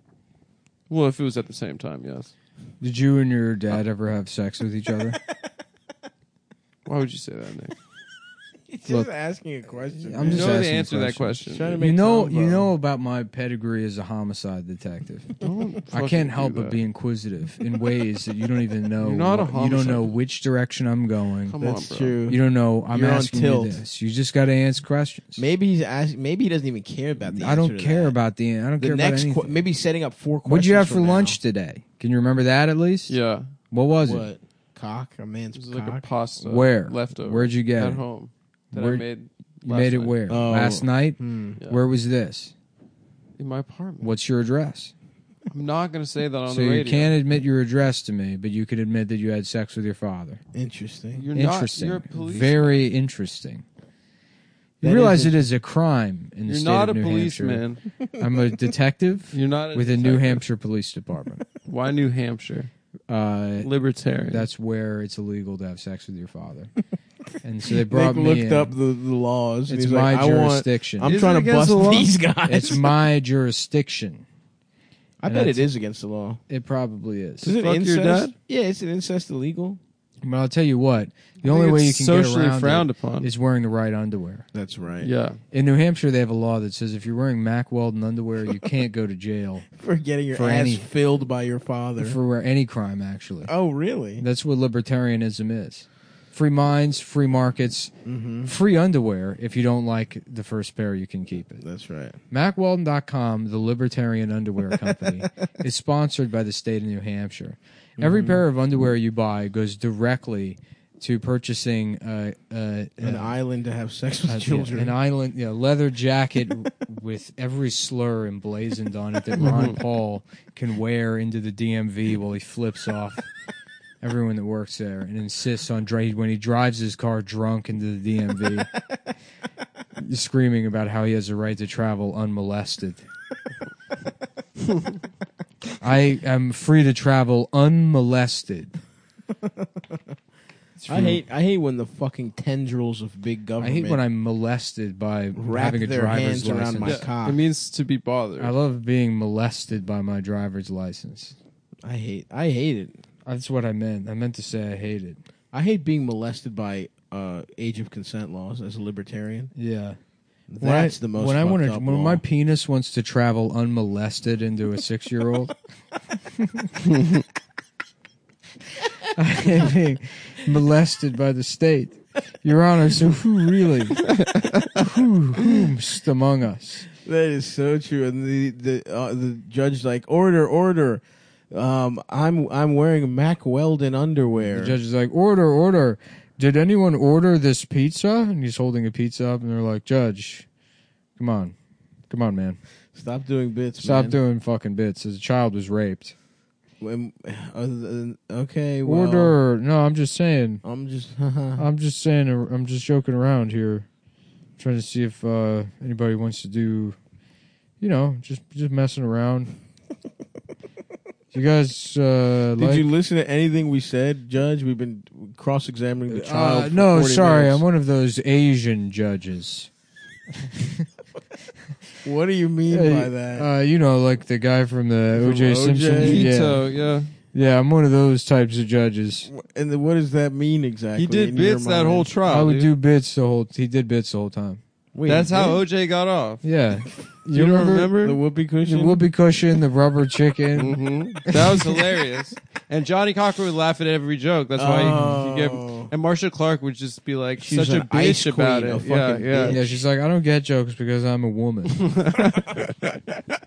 Well, if it was at the same time, yes. Did you and your dad ever have sex with each other? Why would you say that, Nick? He's Look. just asking a question. I'm You just know the asking a answer to that question. question. Trying to You make know, combo. you know about my pedigree as a homicide detective. I can't help but be inquisitive in ways that you don't even know. You're not a you don't homicide. know which direction I'm going. Come That's on, bro. true. You don't know. I'm You're on asking tilt. you this. You just got to answer questions. maybe he's asking. Maybe he doesn't even care about the. I answer don't to care that. about the. I don't the care about next. anything. que- maybe setting up four. questions What'd you have for now. lunch today? Can you remember that at least? Yeah, What was it? What cock? A man's this is cock. like a pasta. Where? leftover? Where'd you get Uh, at it? home that Where- I made? You last made it night. where? Oh. Last night. Hmm. Yeah. Where was this? In my apartment. What's your address? I'm not gonna say that on so the you radio. can't admit your address to me, but you can admit that you had sex with your father. Interesting. You're interesting. Not, you're a police. Very interesting. You That realize is a- it is a crime in the You're state not a of New Hampshire. policeman. I'm a detective You're not a with the New detective. Hampshire Police Department. Why New Hampshire? Uh, Libertarian. that's where it's illegal to have sex with your father. and so they Nick brought me looked in. up the, the laws. and it's he's my like, I want- jurisdiction. I'm Is it trying to against bust the law? these guys. it's my jurisdiction. I and bet that's- it is against the law. It probably is. Is it fuck your incest? dad? Yeah, it's an incest illegal. But I'll tell you what, the only way you can socially get around frowned it upon. is wearing the right underwear. That's right. yeah. In New Hampshire, they have a law that says if you're wearing Mack Weldon underwear, you can't go to jail For getting your For ass any- filled by your father. for wear- any crime. Actually, oh, really? that's what libertarianism is: free minds, free markets, Mm-hmm. free underwear. If you don't like the first pair, you can keep it. That's right. MacWeldon.com, the libertarian underwear company, is sponsored by the state of New Hampshire. Mm-hmm. Every pair of underwear you buy goes directly to purchasing uh, uh, An uh, island to have sex uh, with yeah, children. an island, yeah, leather jacket with every slur emblazoned on it that Ron Paul can wear into the DMV while he flips off everyone that works there and insists on dri- when he drives his car drunk into the DMV, screaming about how he has a right to travel unmolested. I am free to travel unmolested. I hate. I hate when the fucking tendrils of big I government. hate when I'm molested by Wrap having a their driver's hands around license. my yeah. cock. It means to be bothered. I love being molested by my driver's license. I hate. I hate it. That's what I meant. I meant to say I hate it. I hate being molested by uh, age of consent laws as a libertarian. Yeah. When I- That's the most. When I fucked want to, up when law. my penis wants to travel unmolested into a six-year-old, I am being molested by the state, Your Honor. So who really, who, whomst among us? That is so true. And the the uh, the judge's like, order, order. Um, I'm I'm wearing Mac Weldon underwear. The judge is like, order, order. Did anyone order this pizza? And he's holding a pizza up, and they're like, Judge, come on, come on, man. Stop doing bits. Stop man. doing fucking bits. As a child was raped. When- other than- okay. Well, Order. No, I'm just saying. I'm just. I'm just saying. uh, I'm just joking around here, trying to see if uh, anybody wants to do, you know, just just messing around. you guys uh, Did like? you listen to anything we said, Judge? We've been cross examining the child. Uh, for no, 40 sorry. minutes. I'm one of those Asian judges. What do you mean by Uh, that? Uh, you know, like the guy from the From O.J. O.J.? Simpson. Yeah. Veto, yeah. yeah, I'm one of those types of judges. and then what does that mean exactly? He did in your bits that mind? whole trial. I would dude. do bits the whole. He did bits the whole time. Wait, That's how what? OJ got off. Yeah, You, don't remember? the whoopee The cushion. whoopee cushion, the rubber chicken. Mm-hmm. Mhm. That was hilarious. And Johnny Cocker would laugh at every joke. That's why he, he Oh. gave. And Marsha Clark would just be like, She's such a an ice bitch about queen, it. a Yeah, fucking yeah. bitch. yeah, she's like, I don't get jokes because I'm a woman.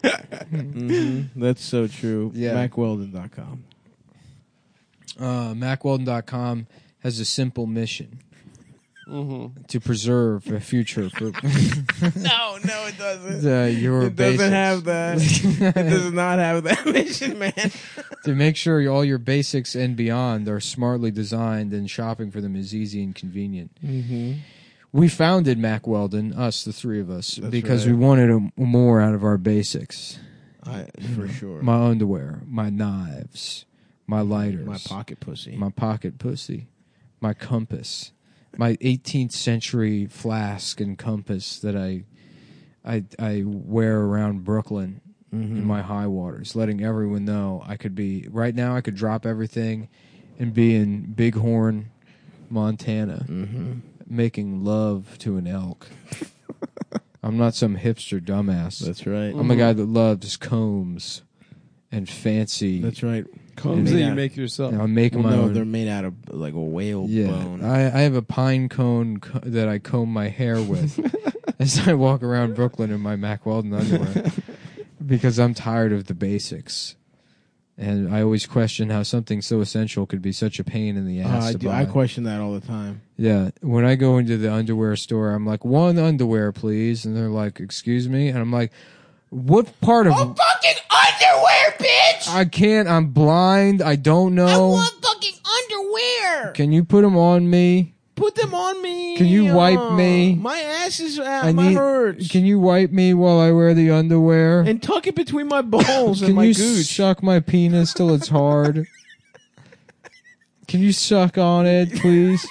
Mhm. That's so true. Yeah. MacWeldon.com. uh, MacWeldon.com has a simple mission Mhm. to preserve a future for No, no, it doesn't. the, your it doesn't basics. have that. it does not have that mission, man. to make sure all your basics and beyond are smartly designed and shopping for them is easy and convenient. Mm-hmm. We founded Mac Weldon, us, the three of us, That's because right. we wanted a, more out of our basics. I, for sure. My underwear, my knives, my lighters, My pocket pussy. my pocket pussy, my compass, my 18th century flask and compass that I, I, I wear around Brooklyn Hmm. mm-hmm. in my high waters, letting everyone know I could be right now. I Mm-hmm. could drop everything and be in Bighorn, Montana, making love to an elk. I'm not some hipster dumbass. That's right. I'm a guy that loves combs and fancy. That's right. Combs Yeah. that you make yourself. And I make Well, my no, own. they're made out of like a whale yeah, bone. I, I have a pine cone co- that I comb my hair with as I walk around Brooklyn in my Mack Weldon underwear because I'm tired of the basics. And I always question how something so essential could be such a pain in the Uh, ass. I, to do, I buy. question that all the time. Yeah, when I go into the underwear store, I'm like, one underwear, please, and they're like, excuse me, and I'm like, what part of? Oh, fucking underwear, bitch! I can't. I'm blind. I don't know. I want fucking underwear. Can you put them on me? Put them on me. uh, Can you wipe me? My ass is uh, I my need- hurts. Can you wipe me while I wear the underwear? and tuck it between my balls Can and my you gooch. suck my penis till it's hard? Can you suck on it, please?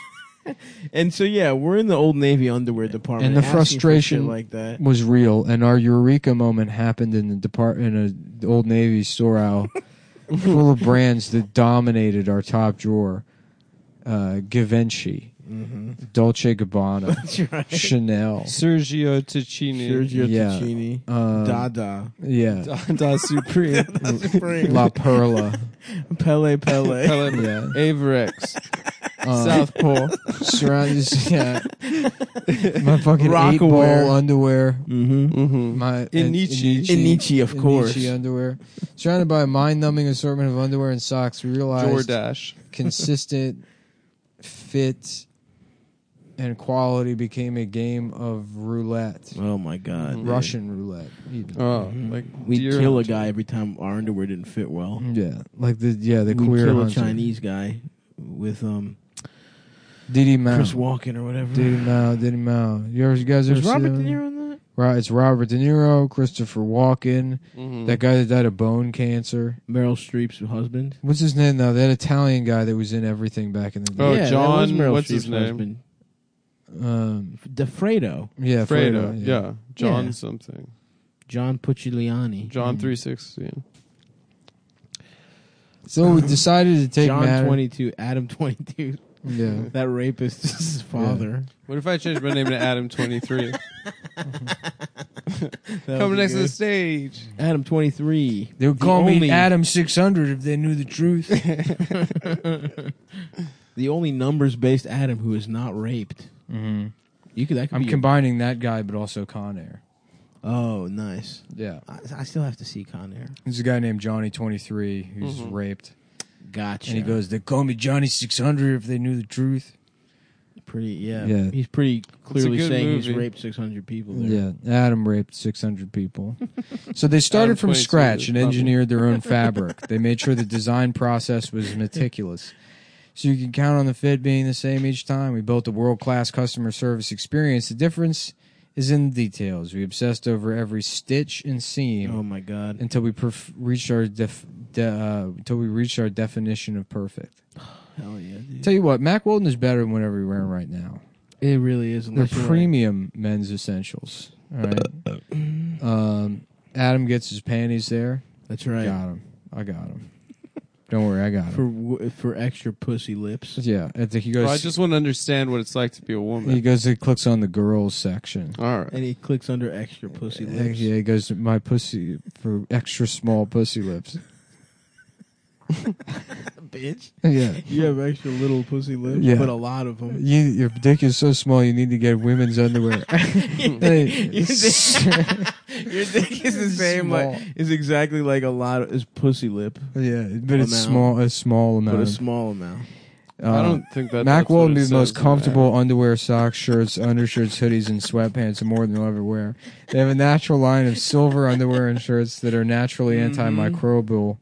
And so yeah, we're in the old navy underwear department. And the asking for shit frustration- like that. was real, and our eureka moment happened in the depart in a the old Navy store aisle full of brands that dominated our top drawer: uh, Givenchy, Dolce Gabbana, Chanel, Sergio Ticini. Sergio Yeah. Ticini, um, Dada, yeah, Dada Supreme. La Perla, Pele Pele. Helen yeah, Averex. um, South Pole. surrounds, yeah, my fucking eight Rockaware. ball underwear, mm-hmm. Mm-hmm. my and- Inichi. Inichi, of course. Inichi underwear, surrounded by a mind-numbing assortment of underwear and socks. We realized DoorDash. consistent fit and quality became a game of roulette Oh my god. Mm-hmm. dude. russian roulette even. Oh, like We'd deer kill a hunting. guy every time our underwear didn't fit well. yeah like the yeah Mm-hmm. the We'd queer kill a hunter. Chinese guy with um diddy mao Chris Walken or whatever. diddy mao diddy mao you, ever, you guys ever Was see Robert De that one? Niro in that? Ro- it's robert de niro christopher walken Mhm. that guy that died of bone cancer Meryl Streep's husband. what's his name now that italian guy that was in everything back in the Oh, day yeah, John- that was Meryl what's Streep's his name? husband. um DeFredo. yeah Fredo. Fredo, yeah. John Oh. Yeah. something. John Puccigliani. Mm-hmm. John 360. so we decided to take John matter- 22, Adam 22. yeah That rapist is his father. What if I changed my name to Adam 23? That would Come be next to good. the stage. Adam 23. They would The call me only- Adam six hundred if they knew the truth. The only numbers based Adam who is not raped. mm-hmm. You could, that could I'm be combining that guy, but also Con Air. Oh, nice. Yeah, I, I still have to see Con Air. there's a guy named Johnny twenty three who's Mhm. raped, Gotcha. and he goes, "They call me Johnny six hundred if they knew the truth." pretty, yeah. Yeah. He's pretty clearly good saying he's movie. raped 600 people there. Yeah, Adam raped six hundred people. so they started Adam from 22 scratch and is engineered their own fabric. They made sure the design process was meticulous. So you can count on the fit being the same each time. We built a world class customer service experience. The difference is in the details. We obsessed over every stitch and seam. Oh, my God. until we perf- reached our def- de- uh, until we reached our definition of perfect. Hell yeah, dude. Tell you what, Mac Weldon is better than whatever you're wearing right now. It really is. They're unless you're like- premium men's essentials. All right. um, Adam gets his panties there. That's right. Got him. I got him. Don't worry, I got him. For w- for extra pussy lips. yeah, I think he Well, goes. I just want to understand what it's like to be a he woman. goes. He clicks on the girls section. Uh, All right. And he clicks under extra pussy Yeah, lips. he goes. My pussy for extra small pussy lips. Bitch. yeah. You have extra little pussy lips, Yeah. but a lot of them. You, your dick is so small. You need to get women's underwear. Hey, Your dick- Your dick is the same, like Small. is exactly like a lot of is pussy lip, yeah, but Amount. it's small. A small amount. but a small amount. Uh, I don't think that. Mac that's what will it be the says most in there. comfortable underwear, socks, shirts, undershirts, hoodies, and sweatpants, and more than they'll ever wear. They have a natural line of silver underwear and shirts that are naturally Mm-hmm. antimicrobial,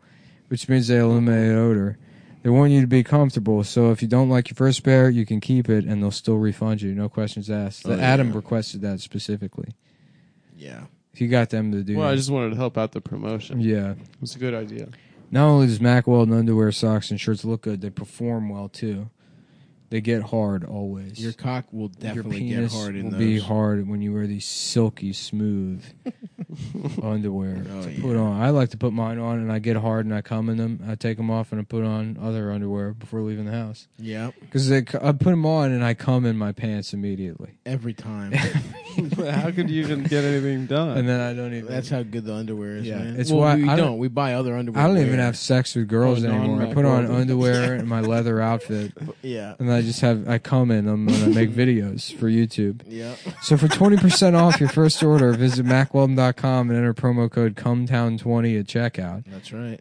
which means they eliminate odor. They want you to be comfortable, so if you don't like your first pair, you can keep it, and they'll still refund you, no questions asked. Oh, Adam yeah. requested that specifically. Yeah. He got them to do. Well, I that. just wanted to help out the promotion. yeah. It was a good idea. Not only does Mack Weldon underwear, socks, and shirts look good, they perform well too. They get hard always. Your cock will definitely Your penis get hard in will those. be hard when you wear these silky smooth underwear Oh, to yeah. put on. I like to put mine on and I get hard and I come in them. I take them off and I put on other underwear before leaving the house Yep, because I put them on and I come in my pants immediately, every time. How could you even get anything done? and then I don't even. That's how good the underwear is. Yeah, man. it's well, why- we I don't- don't. We buy other underwear. I don't even have sex with girls Oh, anymore. I non-Mac put on Weldon. underwear and my leather outfit, Yeah, and I just have I come in them and I make videos for YouTube. yeah. So for 20% off your first order, visit macweldon.com and enter promo code cumtown20 at checkout. That's right.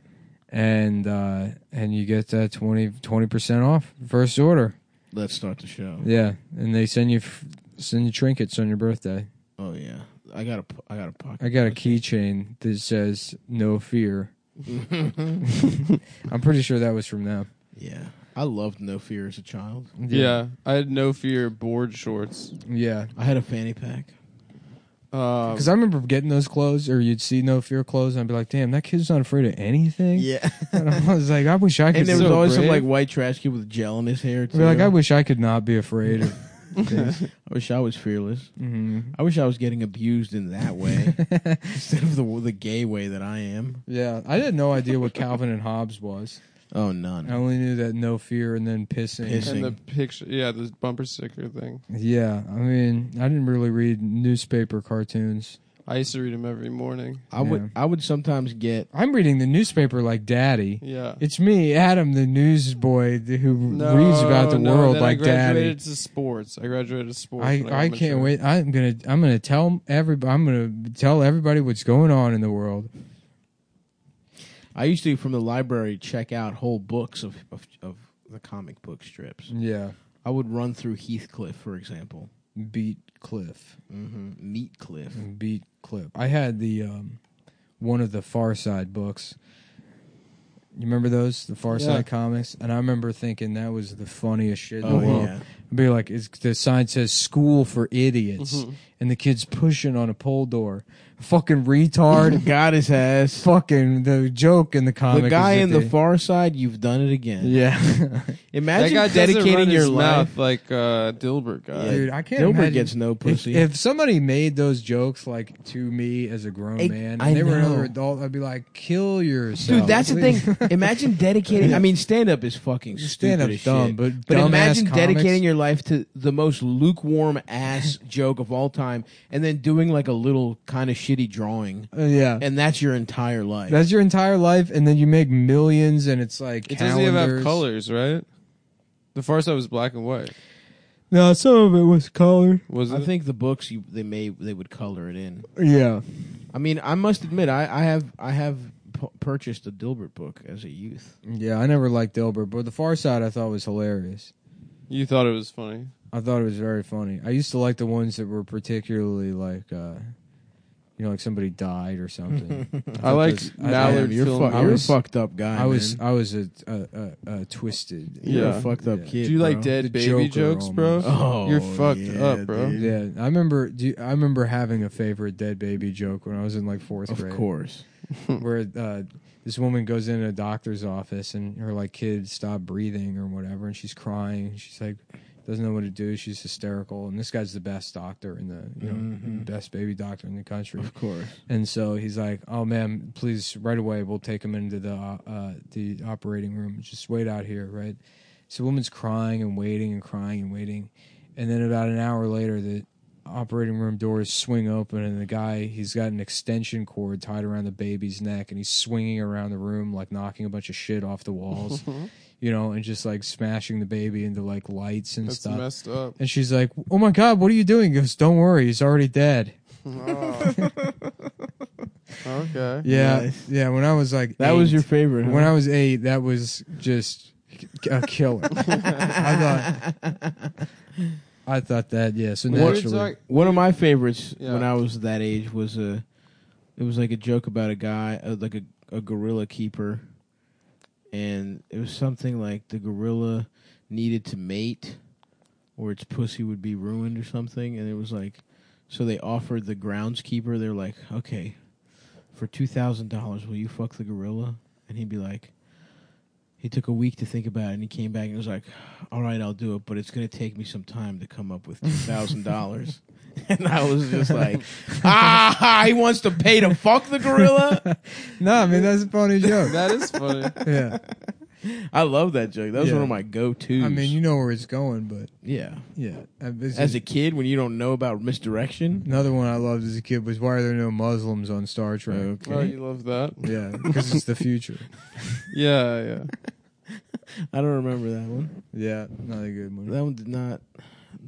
And uh, and you get that 20 percent off first order. Let's start the show. Yeah, and they send you f- send you trinkets on your birthday. Oh yeah, I got a po- I got a pocket. I got a keychain that says "No fear." I'm pretty sure that was from them. Yeah, I loved No Fear as a child. yeah, I had no fear board shorts. yeah. I had a fanny pack. Um, Because I remember getting those clothes, or you'd see no fear clothes, and I'd be like, "Damn, that kid's not afraid of anything." and I was like, "I wish I could." and there was so always some like brave. white trash kid with gel in his hair. I'd Too. be like, "I wish I could not be afraid." Of I wish I was fearless. Mhm. I wish I was getting abused in that way instead of the the gay way that I am. Yeah, I had no idea what Calvin and Hobbes was. Oh, I none. only knew that no fear and then pissing. Pissing. and the picture, yeah, the bumper sticker thing. Yeah, I mean, I didn't really read newspaper cartoons. I used to read them every morning. I would I would sometimes get I'm reading the newspaper like Daddy. Yeah. It's me, Adam, the newsboy th- who reads about the no, world then like I graduated Daddy. to sports. I graduated to sports. I, when got I can't mature. wait. I'm gonna I'm gonna tell everybody. I'm gonna tell everybody what's going on in the world. I used to from the library check out whole books of of, of the comic book strips. Yeah, I would run through Heathcliff, for example. beat Cliff, Mm-hmm. Cliff. beat Cliff. I had the um, one of the Far Side books. You remember those, the Far Yeah. Side comics? And I remember thinking that was the funniest shit in Oh the world. yeah. I'd be like, it's, the sign says "School for Idiots," Mm-hmm. Mm-hmm. and the kid's pushing on a pole door. Fucking retard. Got his ass. fucking the joke in the comic. The guy is that in the they- far side, you've done it again. yeah, That Imagine guy dedicating dedicating run your his life. mouth like uh, Dilbert guy. dude, I can't. Dilbert imagine- gets no if- pussy. If, somebody made those jokes like to me as a grown I- man, and I they were know. another adult, I'd be like, kill yourself, Dude, that's the Please. thing. Imagine dedicating. I mean, stand up is fucking Stand stand up, up dumb, shit. but But dumbass imagine comics- dedicating your life to the most lukewarm ass joke of all time, and then doing like a little kind of shitty drawing, Uh, yeah, and that's your entire life. that's your entire life, and then you make millions, and it's like It doesn't even have calendars. colors, right? The far side was black and white. No, some of it was color. Was it? I think the books you they may they would color it in. Yeah, I mean, I must admit, I, I have I have p- purchased a Dilbert book as a youth. yeah. I never liked Dilbert, but the Far Side I thought was hilarious. you thought it was funny. I thought it was very funny. I used to like the ones that were particularly like, uh, you know, like somebody died or something. I liked I- Mallard Damn, you're, film. fu- I you're was- a fucked up guy. I was, man. I was a, a, a, a twisted. You're Yeah. a fucked up Yeah. kid. Do you like bro. dead The baby Joker jokes, bro? Oh, you're fucked yeah, up, bro. dude. Yeah, I remember. Do you, I remember having a favorite dead baby joke when I was in like fourth Of grade, course. where uh, this woman goes into a doctor's office and her like kid stopped breathing or whatever, and she's crying. She's like, doesn't know what to do. She's hysterical, and this guy's the best doctor in the, you know, best baby doctor in the country. Of course. And so he's like, "Oh, ma'am, please, right away, we'll take him into the uh, uh, the operating room. Just wait out here, right?" So the woman's crying and waiting and crying and waiting, and then about an hour later, the operating room doors swing open, and the guy he's got an extension cord tied around the baby's neck, and he's swinging around the room like knocking a bunch of shit off the walls, you know, and just like smashing the baby into like lights and That's stuff. messed up. And she's like, "Oh my god, what are you doing?" He goes, "Don't worry, he's already dead." Okay. Yeah, Nice. yeah. When I was like, That was eight- your favorite. Mm-hmm. When I was eight, that was just a killer. I thought, I thought that yeah. So What naturally, One of my favorites Yeah. when I was that age was a. It was like a joke about a guy, uh, like a, a gorilla keeper, and it was something like the gorilla needed to mate, or its pussy would be ruined or something. And it was like, so they offered the groundskeeper. They're like, okay, for two thousand dollars, will you fuck the gorilla? And he'd be like, He took a week to think about it, and he came back and was like, "All right, I'll do it, but it's going to take me some time to come up with two thousand dollars." And I was just like, "Ah, he wants to pay to fuck the gorilla." No, I mean that's a funny joke. That is funny. yeah, I love that joke. That was Yeah. one of my go-tos. I mean you know where it's going, but Yeah, yeah. I- it's as just- a kid, when you don't know about misdirection, another one I loved as a kid was why are there no Muslims on Star Trek? Oh, you love that? Yeah, because it's the future. Yeah, yeah. I don't remember that one. Yeah, not a good one. That one did not.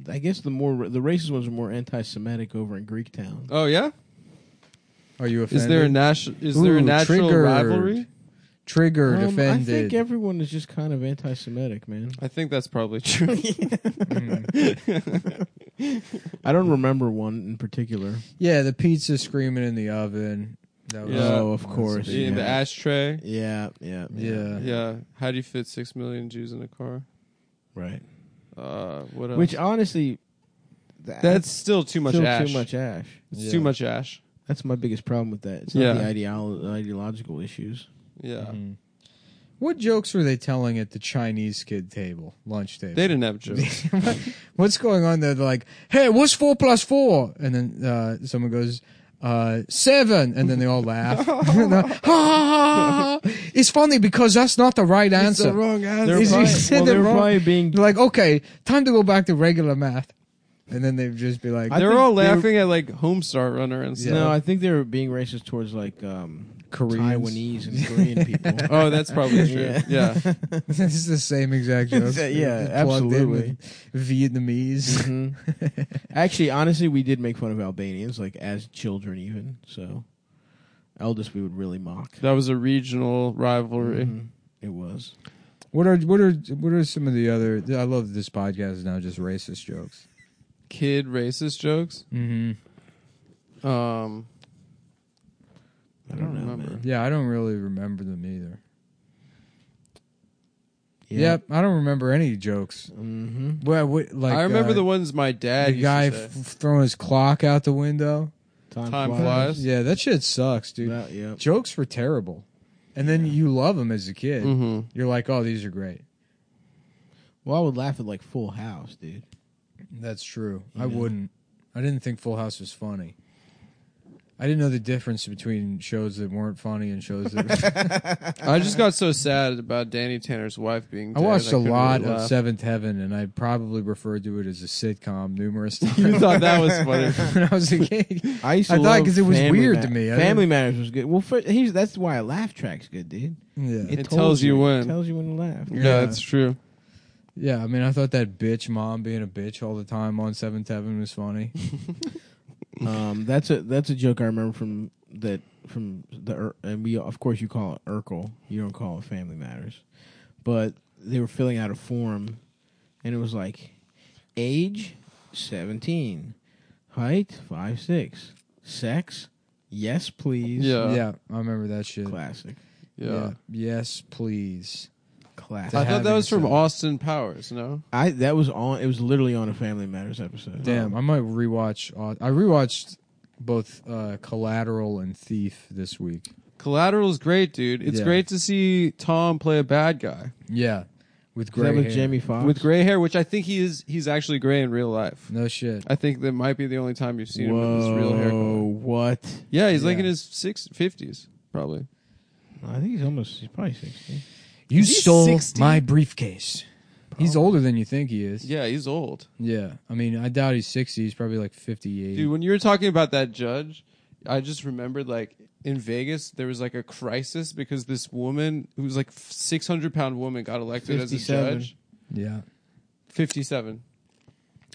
I guess the more the racist ones are more anti-Semitic over in Greektown. Oh yeah. Are you offended? Is there a national? Is there Ooh, a natural triggered. rivalry? triggered, Um, I offended? think everyone is just kind of anti-Semitic, man. I think that's probably true. Mm. I don't remember one in particular. yeah, the pizza screaming in the oven. That was, Yeah. Oh, of course. Yeah. In the ashtray. Yeah, yeah, Yeah. Yeah. How do you fit six million Jews in a car? Right. Uh, what else? Which honestly, that- that's still too much still ash. Too much ash. It's Yeah. too much ash. That's my biggest problem with that. It's not Yeah. the ideolo- ideological issues. Yeah. Mhm. What jokes were they telling at the Chinese kid table, lunch table? They didn't have jokes. what's going on there? They're like, "Hey, what's four plus four? And then uh, someone goes, uh, seven, and then they all laugh. Ha, ha, ha, ha. it's funny because that's not the right answer. wrong They're answer. Is he probably- said well, they're they're wrong? probably being. They're like, okay, time to go back to regular math, and then they'd just be like, I They're think all they were- laughing at like Homestar Runner and stuff. No, I think they were being racist towards like um, Koreans. Taiwanese and Korean people. Oh, that's probably true. Yeah. Yeah. "This is the same exact joke." Yeah, yeah, Plugged in with Vietnamese. Mhm. Actually, honestly, we did make fun of Albanians, like as children, even. So, eldest, we would really mock. That was a regional rivalry. Mhm. It was. What are what are what are some of the other? I love this podcast is now just racist jokes. Kid racist jokes. Mm-hmm. Um, I don't, know. remember. man. Yeah, I don't really remember them either. Yeah. Yep, I don't remember any jokes. hmm Well, what, like I remember uh, the ones my dad. the used guy to say. f- throwing his clock out the window. Time, Time flies. Yeah, that shit sucks, dude. That- yep. Jokes were terrible, and then you love them as a kid. Mhm. You're like, oh, these are great. Well, I would laugh at like Full House, dude. That's true. I Yeah. wouldn't. I didn't think Full House was funny. I didn't know the difference between shows that weren't funny and shows that. I just got so sad about Danny Tanner's wife being. I Dead. watched a couldn't lot really of laugh. Seventh Heaven, and I probably referred to it as a sitcom numerous times. You thought that was funny. when I was a kid. I used to I thought because because it was weird to me. I Family Matters was good. Well, for, here's, that's why a laugh track's good, dude. didn't- Yeah. It told tells you when. It tells you when to laugh. Yeah, Yeah. that's true. yeah, I mean, I thought that bitch mom being a bitch all the time on Seventh Heaven was funny. Um, that's a that's a joke I remember from that from the Ur- and we of course you call it Urkel. You don't call it Family Matters, but they were filling out a form, and it was like, age seventeen, height five six, sex yes please. Yeah. yeah, I remember that shit. classic, Uh, Yeah. Yes, please. I classic. To thought that having was from some- Austin Powers. No. I that was on. It was literally on a Family Matters Uh, episode. Damn, I might rewatch. Au- I rewatched both uh, Collateral and Thief this week. Collateral's great, dude. It's Yeah. great to see Tom play a bad guy Yeah, with gray that with hair. Jamie Foxx with gray hair, which I think he is. He's actually gray in real life. No shit. I think that might be the only time you've seen him with his real hair. Whoa, color. what? Yeah, he's like Yeah. in his six fifties, probably. I think he's almost. He's probably sixty. You he stole 60? my briefcase. He's older than you think he is. Yeah. Yeah, he's old, I mean, I doubt he's 60. He's probably like 58. dude. When you were talking about that judge, I just remembered like in Vegas there was like a crisis because this woman who was like six hundred pound woman got elected as a 57. judge, yeah. fifty seven,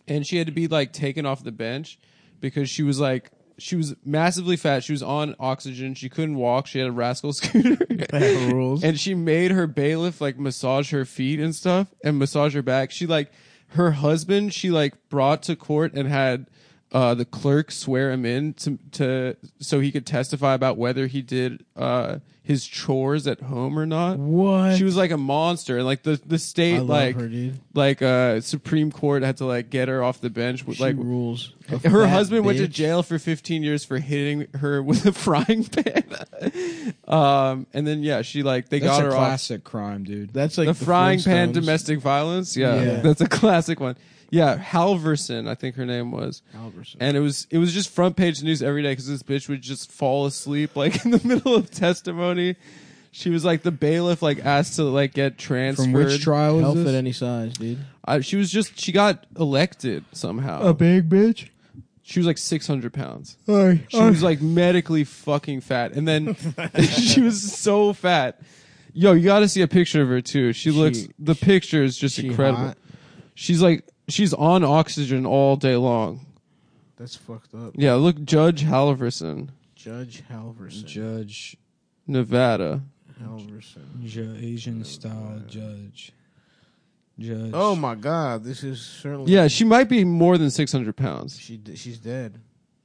and she had to be like taken off the bench because she was like. She was massively fat. She was on oxygen. She couldn't walk. She had a rascal scooter. rules. and she made her bailiff like massage her feet and stuff and massage her back she like her husband she like brought to court and had uh, the clerk swear him in to, to so he could testify about whether he did uh, his chores at home or not. What? She was like a monster, and like the the state I love like her, dude. like uh Supreme Court had to like get her off the bench. With, She like rules. her That husband went to bitch. jail for 15 years for hitting her with a frying pan. um, and then yeah, she like they That's got a her classic crime, dude. That's off like the frying pan Flintstones. domestic violence. Yeah, Yeah. that's a classic one. Yeah, Halverson, I think her name was. Halverson. And it was it was just front page news every day because this bitch would just fall asleep like in the middle of testimony. She was like the bailiff, like asked to like get transferred. From which trial Health is at this? any size, dude. I, she was just she got elected somehow. big bitch. she was like six hundred pounds. Hey, She was like medically fucking fat, and then she was so fat. Yo, you got to see a picture of her too. She, looks. The picture is just she incredible. hot? She's like she's on oxygen all day long. That's fucked up. Yeah, look, Judge Halverson, Judge Halverson. judge, Nevada. Halverson. ju- Oh, Asian style judge, judge. Oh my God! This is certainly. Yeah, she might be more than six hundred pounds. She d- she's dead.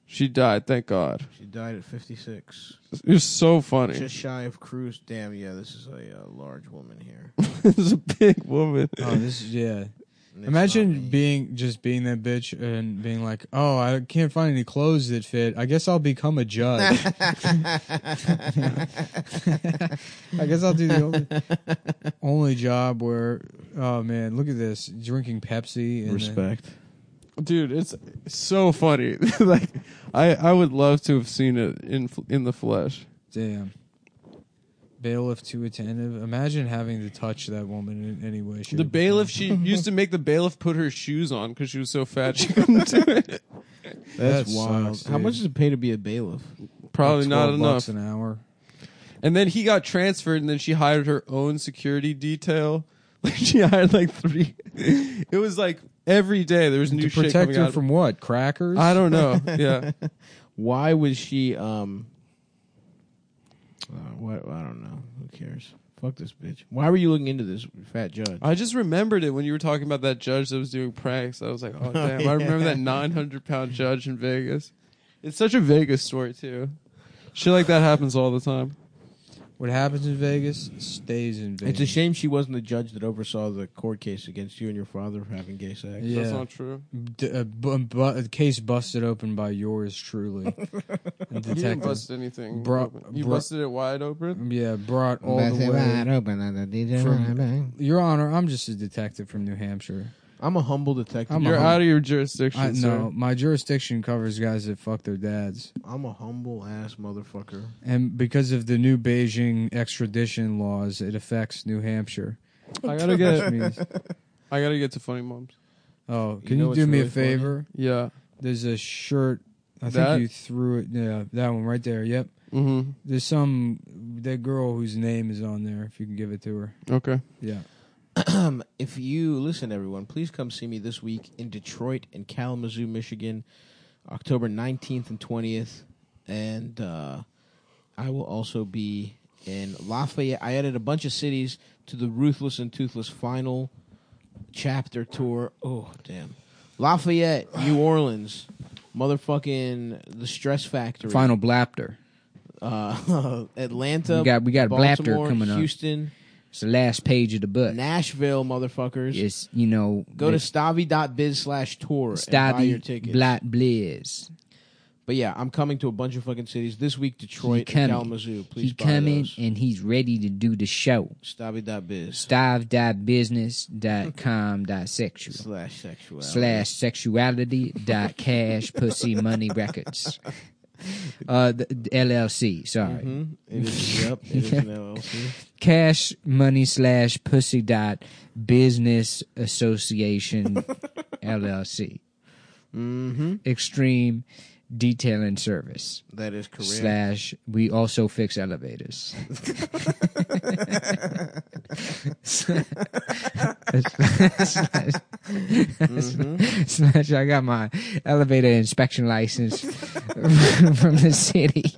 She died. Thank God. She died at 56, It was so funny. just shy of Cruz. Damn, yeah, this is a uh, large woman here. it was a big woman. oh, this is And yeah. it's not Imagine me. being just being that bitch and being like, "Oh, I can't find any clothes that fit. I guess I'll become a judge. I guess I'll do the only, only job where, oh man, look at this, drinking Pepsi and then- respect. dude it's so funny like i i would love to have seen it in in the flesh damn, bailiff too attentive. Imagine having to touch that woman in any way. shape, the or bailiff she used to make the bailiff put her shoes on because she was so fat she couldn't do it That's That wild. sucks, How dude. much does it pay to be a bailiff? form. probably Like not 12 enough bucks an hour. and then he got transferred and then she hired her own security detail like she hired like three it was like every day there was new to shit protect coming her out. from what? Crackers? i don't know yeah Why was she? Um, uh, what I don't know. Who cares? Fuck this bitch. Why were you looking into this fat judge? i just remembered it when you were talking about that judge that was doing pranks i was like oh damn i remember that 900 pound judge in vegas it's such a vegas story too shit like that happens all the time What happens in Vegas stays in It's Vegas. a shame she wasn't the judge that oversaw the court case against you and your father for having gay sex. Yeah. that's not true D- a, bu- bu- a case busted open by yours truly, a you didn't detective. bust anything Bro- open. you bro- busted it wide open Yeah, brought all the way. From- Your Honor, I'm just a detective from New Hampshire. I'm a humble detective. I'm a you're hum- out of your I, jurisdiction sir. no, my jurisdiction covers guys that fuck their dads, I'm a humble ass motherfucker. and because of the new Beijing extradition laws, it affects New Hampshire. i gotta get Which means- i gotta get to funny moms oh, You can know you, what's do me really a funny? favor? yeah There's a shirt. I think That? you threw it. Yeah, that one right there. Yep. mm-hmm There's some that girl whose name is on there. If you can give it to her. okay Yeah. if you listen, everyone, please come see me this week in Detroit and Kalamazoo, Michigan, October 19th and 20th. And uh, I will also be in Lafayette. I added a bunch of cities to the Ruthless and Toothless final chapter tour. Oh, damn. Lafayette, New Orleans, motherfucking The Stress Factory. Final blapter. Uh, Atlanta. We got- we got Blapter Baltimore, coming up. Houston, It's the last page of the book. Nashville, motherfuckers. It's you know Go to the stavi.biz slash tour and buy your Stabby tickets. Black Blizz. But yeah, I'm coming to a bunch of fucking cities this week. Detroit, He and coming. Kalamazoo. Please he buy coming those. and he's ready to do the show. Stabby.biz Stive.business.com.sexual slash sexual slash sexuality dot cash pussy money records. Uh, the, the LLC, sorry. hmm It is. Yep. It is an LLC. Cash money slash pussy dot business association LLC. Mm-hmm. Extreme detailing service. That is correct. slash we also fix elevators slash, slash, slash i got my elevator inspection license from the city